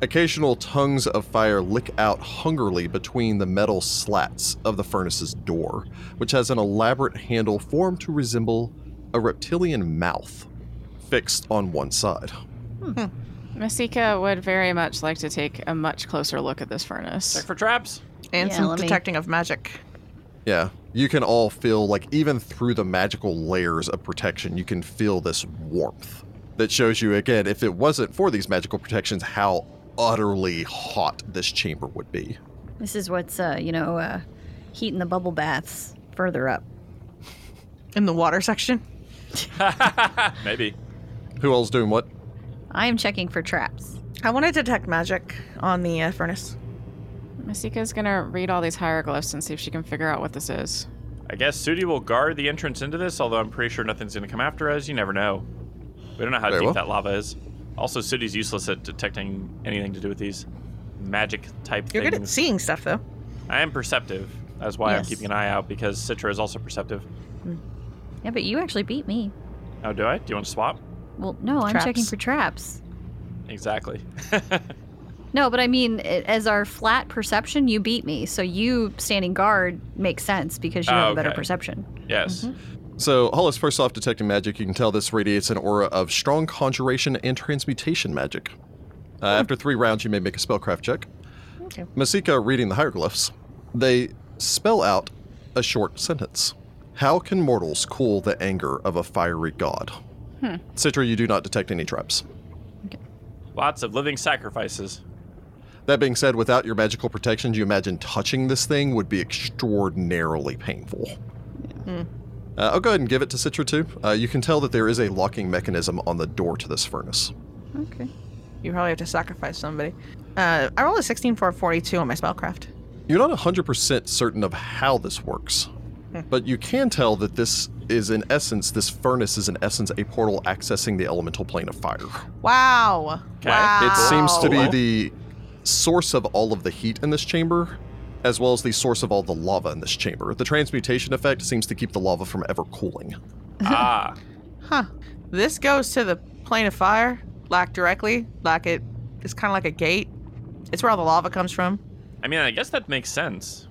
S1: Occasional tongues of fire lick out hungrily between the metal slats of the furnace's door, which has an elaborate handle formed to resemble a reptilian mouth fixed on one side.
S2: Masika would very much like to take a much closer look at this
S3: Check
S2: furnace.
S3: for traps.
S5: And
S4: Yeah,
S5: some
S4: let me-
S5: detecting of magic.
S1: Yeah, you can all feel, like, even through the magical layers of protection, you can feel this warmth that shows you, again, if it wasn't for these magical protections, how utterly hot this chamber would be.
S4: This is what's uh, you know uh, heating the bubble baths further up.
S5: In the water section?
S3: Ah, Maybe.
S1: Who all's doing what?
S4: I am checking for traps.
S5: I want to detect magic on the uh, furnace.
S2: Masika's gonna read all these hieroglyphs and see if she can figure out what this is.
S3: I guess Sudi will guard the entrance into this, although I'm pretty sure nothing's going to come after us. You never know. We don't know how
S1: Very
S3: deep
S1: well.
S3: that lava is. Also, Sudi's useless at detecting anything to do with these magic type
S5: You're
S3: things.
S5: good at seeing stuff, though.
S3: I am perceptive. That's why I'm
S4: Yes.
S3: keeping an eye out because Citra is also perceptive.
S4: Yeah, but you actually beat me.
S3: Oh, do I? Do you want to swap?
S4: Well, no, I'm checking
S5: Traps.
S4: for traps.
S3: Exactly.
S4: No, but I mean, i- as our flat perception, you beat me. So you standing guard makes sense because you
S3: Oh,
S4: have a better
S3: okay.
S4: perception.
S3: Yes.
S1: So, Hollis, first off, detecting magic, you can tell this radiates an aura of strong conjuration and transmutation magic. Uh, After three rounds, you may make a spellcraft check.
S5: Okay.
S1: Masika, reading the hieroglyphs, they spell out a short sentence How can mortals cool the anger of a fiery god? Citra, you do not detect any traps.
S3: Lots of living sacrifices.
S1: That being said, without your magical protections, you imagine touching this thing would be extraordinarily painful. Uh, I'll go ahead and give it to Citra too. Uh, you can tell that there is a locking mechanism on the door to this furnace.
S4: Okay.
S5: You probably have to sacrifice somebody. Uh, I rolled a 16 for a 42 on my spellcraft.
S1: You're not 100% certain of how this works, but you can tell that this is, in essence, this furnace is, in essence, a portal accessing the elemental plane of fire.
S5: Wow.
S3: Okay.
S5: Wow.
S1: It seems to be
S3: Wow.
S1: the source of all of the heat in this chamber, as well as the source of all the lava in this chamber. The transmutation effect seems to keep the lava from ever cooling.
S3: ah.
S5: Huh. This goes to the plane of fire, like directly, like it. It's kind of like a gate. It's where all the lava comes from.
S3: I mean, I guess that makes sense.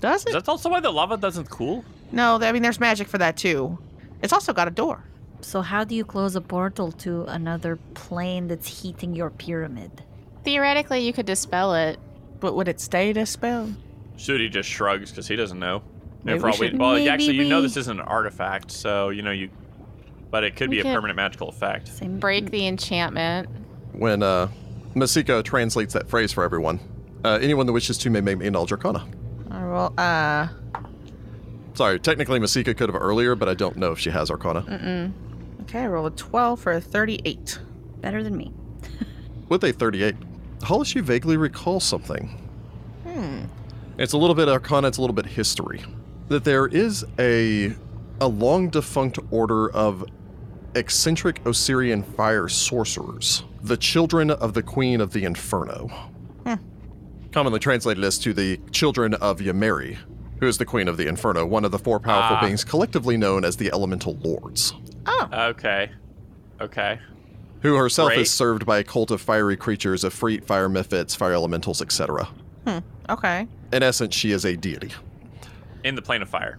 S5: Does it?
S3: Is that also why the lava doesn't cool?
S5: No, I mean there's magic for that too. It's also got a door.
S4: So, how do you close a portal to another plane that's heating your pyramid?
S2: Theoretically, you could dispel it.
S5: But would it stay to spell?
S3: Shudi just shrugs because he doesn't know. And
S5: Maybe we
S3: for all we-
S5: should-
S3: well,
S4: Maybe
S3: actually, you know
S4: we-
S3: this isn't an artifact, so you know you. But it could
S2: We
S3: be
S2: could-
S3: a permanent magical effect.
S4: Same
S2: Break the enchantment.
S1: When uh, Masika translates that phrase for everyone, uh, anyone that wishes to may make me an Dracana.
S5: I roll. Uh,
S1: Sorry, technically Masika could have earlier, but I don't know if she has Arcana.
S5: okay, I roll a 12 for a 38.
S4: better than me.
S1: With a 38, Hollis, you vaguely recall something.
S5: Hmm.
S1: It's a little bit Arcana, it's a little bit history. That there is a a long defunct order of eccentric Osirian fire sorcerers, the children of the Queen of the Inferno. Commonly translated as to the children of Yameri, who is the Queen of the Inferno, one of the four powerful
S3: Ah.
S1: beings collectively known as the Elemental Lords,
S5: Oh,
S3: Okay. Okay.
S1: who herself
S3: Great.
S1: is served by a cult of fiery creatures, Efreet, fire Mephits, fire elementals, etc.
S5: okay.
S1: In essence, she is a deity.
S3: In the plane of fire.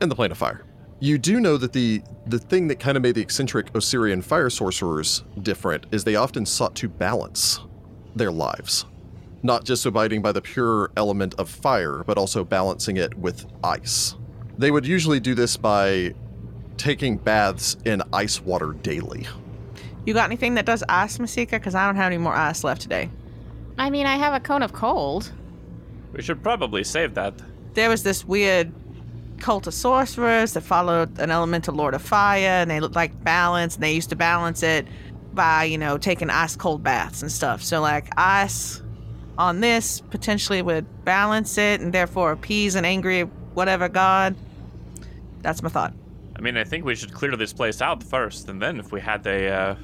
S1: and the plane of fire. You do know that the the thing that kind of made the eccentric Osirian fire sorcerers different is they often sought to balance their lives, not just abiding by the pure element of fire, but also balancing it with ice. They would usually do this by taking baths in ice water daily.
S5: You got anything that does ice, Masika? Because I don't have any more ice left today.
S2: I mean, I have a cone of cold.
S3: We should probably save that.
S5: There was this weird cult of sorcerers that followed an elemental lord of fire, and they looked like balance, and they used to balance it by, you know, taking ice cold baths and stuff. So, like, ice on this potentially would balance it and therefore appease an angry whatever god. That's my thought.
S3: I mean, I think we should clear this place out first, and then if we had the uh,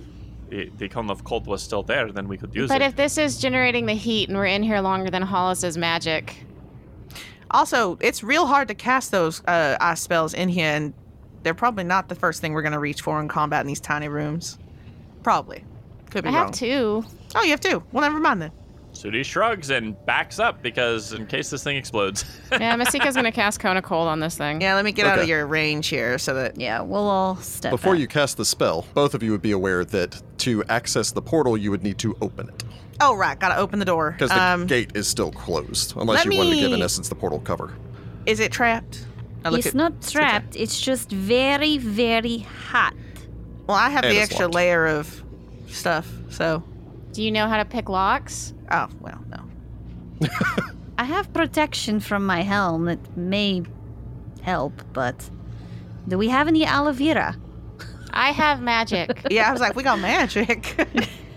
S3: the, the cone of cold was still there, then we could use
S2: But
S3: it.
S2: if this is generating the heat and we're in here longer than Hollis's magic,
S5: Also, it's real hard to cast those uh, ice spells in here, and they're probably not the first thing we're going to reach for in combat in these tiny rooms. Probably. Could be
S2: I
S5: wrong.
S2: have two.
S5: Oh, you have two. Well, never mind then.
S3: Sudi shrugs and backs up because in case this thing explodes.
S2: Yeah, Masika's gonna cast cone of cold on this thing.
S5: Yeah, let me get out of
S1: Okay.
S5: your range here so that.
S4: Yeah, we'll all step
S1: Before
S4: back.
S1: you cast the spell, both of you would be aware that to access the portal, you would need to open it
S5: Oh, right. Gotta open the door. Um,
S1: because the gate is still closed, unless
S5: let
S1: you wanted to give, in
S5: me-
S1: essence, the portal cover.
S5: is it trapped? I look
S4: It's
S5: at-
S4: not trapped, it's just very, very hot.
S5: Well, I have
S1: And
S5: the
S1: it's
S5: extra
S1: locked.
S5: layer of stuff, so.
S2: Do you know how to pick locks?
S5: Oh, well, no.
S4: I have protection from my helm that may help, but do we have any aloe vera?
S2: I have magic.
S5: Yeah, I was like, we got magic.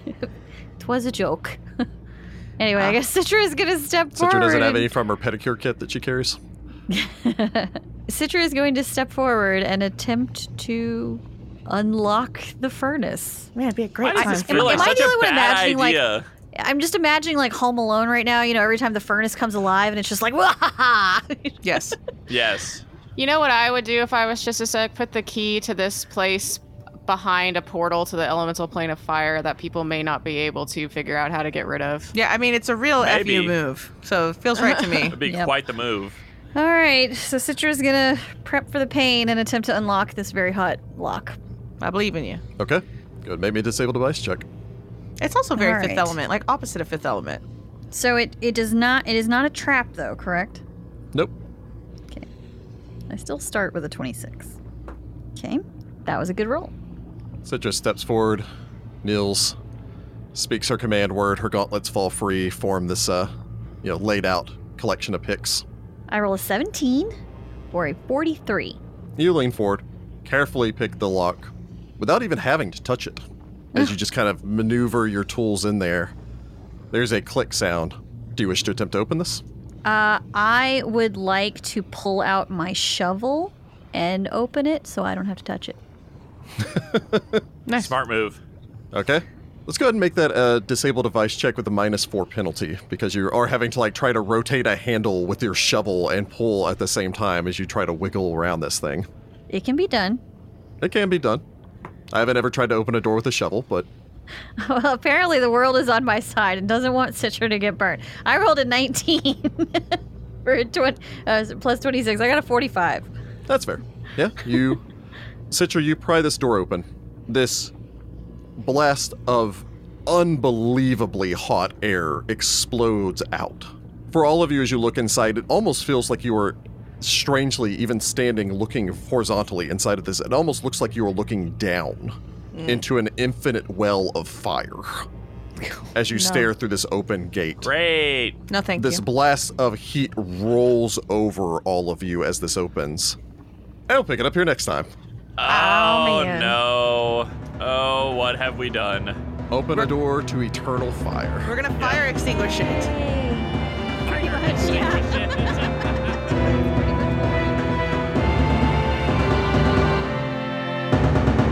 S4: It was a joke. anyway, I
S5: Ah.
S4: guess Citra is gonna step
S1: Citra
S4: forward.
S1: doesn't have
S4: and-
S1: any from her pedicure kit that she carries.
S4: Citra is going to step forward and attempt to unlock the furnace.
S5: Man, it'd be a
S3: Why
S5: great
S3: does
S5: time.
S3: this
S5: for
S3: feel like
S4: Am I
S3: such
S4: the only
S3: a
S4: one
S3: bad
S4: imagining, like-
S3: idea?
S4: I'm just imagining like Home Alone right now. You know, every time the furnace comes alive and it's just like, "Wah-ha-ha!"
S5: Yes.
S3: Yes.
S2: You know what I would do if I was just a sec? Put the key to this place behind a portal to the elemental plane of fire that people may not be able to figure out how to get rid of.
S5: Yeah, I mean it's a real
S3: Maybe.
S5: fu move, so it feels right to me.
S3: That'd be
S4: Yep.
S3: quite the move.
S4: All right, so Citra's gonna prep for the pain and attempt to unlock this very hot lock.
S5: I believe in you.
S1: Okay. Good. Make me a disable device check.
S5: It's also very
S4: All
S5: Fifth
S4: right.
S5: Element, like opposite of Fifth Element.
S4: So it it does not it is not a trap though, correct?
S1: Nope.
S4: I still start with a 26. Okay, that was a good roll.
S1: Citrus steps forward, kneels, speaks her command word. Her gauntlets fall free, form this, uh, you know, laid out collection of picks.
S4: I roll a 17 or a 43.
S1: You lean forward, carefully pick the lock without even having to touch it. As you just kind of maneuver your tools in there, there's a click sound. Do you wish to attempt to open this?
S4: Uh, I would like to pull out my shovel and open it so I don't have to touch it.
S5: Nice.
S3: Smart move.
S1: Okay. Let's go ahead and make that a disable device check with a minus four penalty because you are having to like try to rotate a handle with your shovel and pull at the same time as you try to wiggle around this thing.
S4: It can be done.
S1: It can be done. I haven't ever tried to open a door with a shovel, but
S4: Well, apparently the world is on my side and doesn't want Citra to get burnt. I rolled a 19 for a 20, uh, plus 26. I got a 45.
S1: that's fair. Yeah, you, Citra, you pry this door open. This blast of unbelievably hot air explodes out. For all of you, as you look inside, it almost feels like you are strangely even standing looking horizontally inside of this. It almost looks like you are looking down into an infinite well of fire as you
S5: No.
S1: stare through this open gate.
S3: Great.
S5: No, thank
S1: this
S5: you.
S1: blast of heat rolls over all of you as this opens. And we'll pick it up here next time.
S3: Oh,
S5: man.
S3: no. Oh, what have we done?
S1: Open a door to eternal fire.
S5: We're gonna fire extinguish it.
S4: Pretty much, yeah.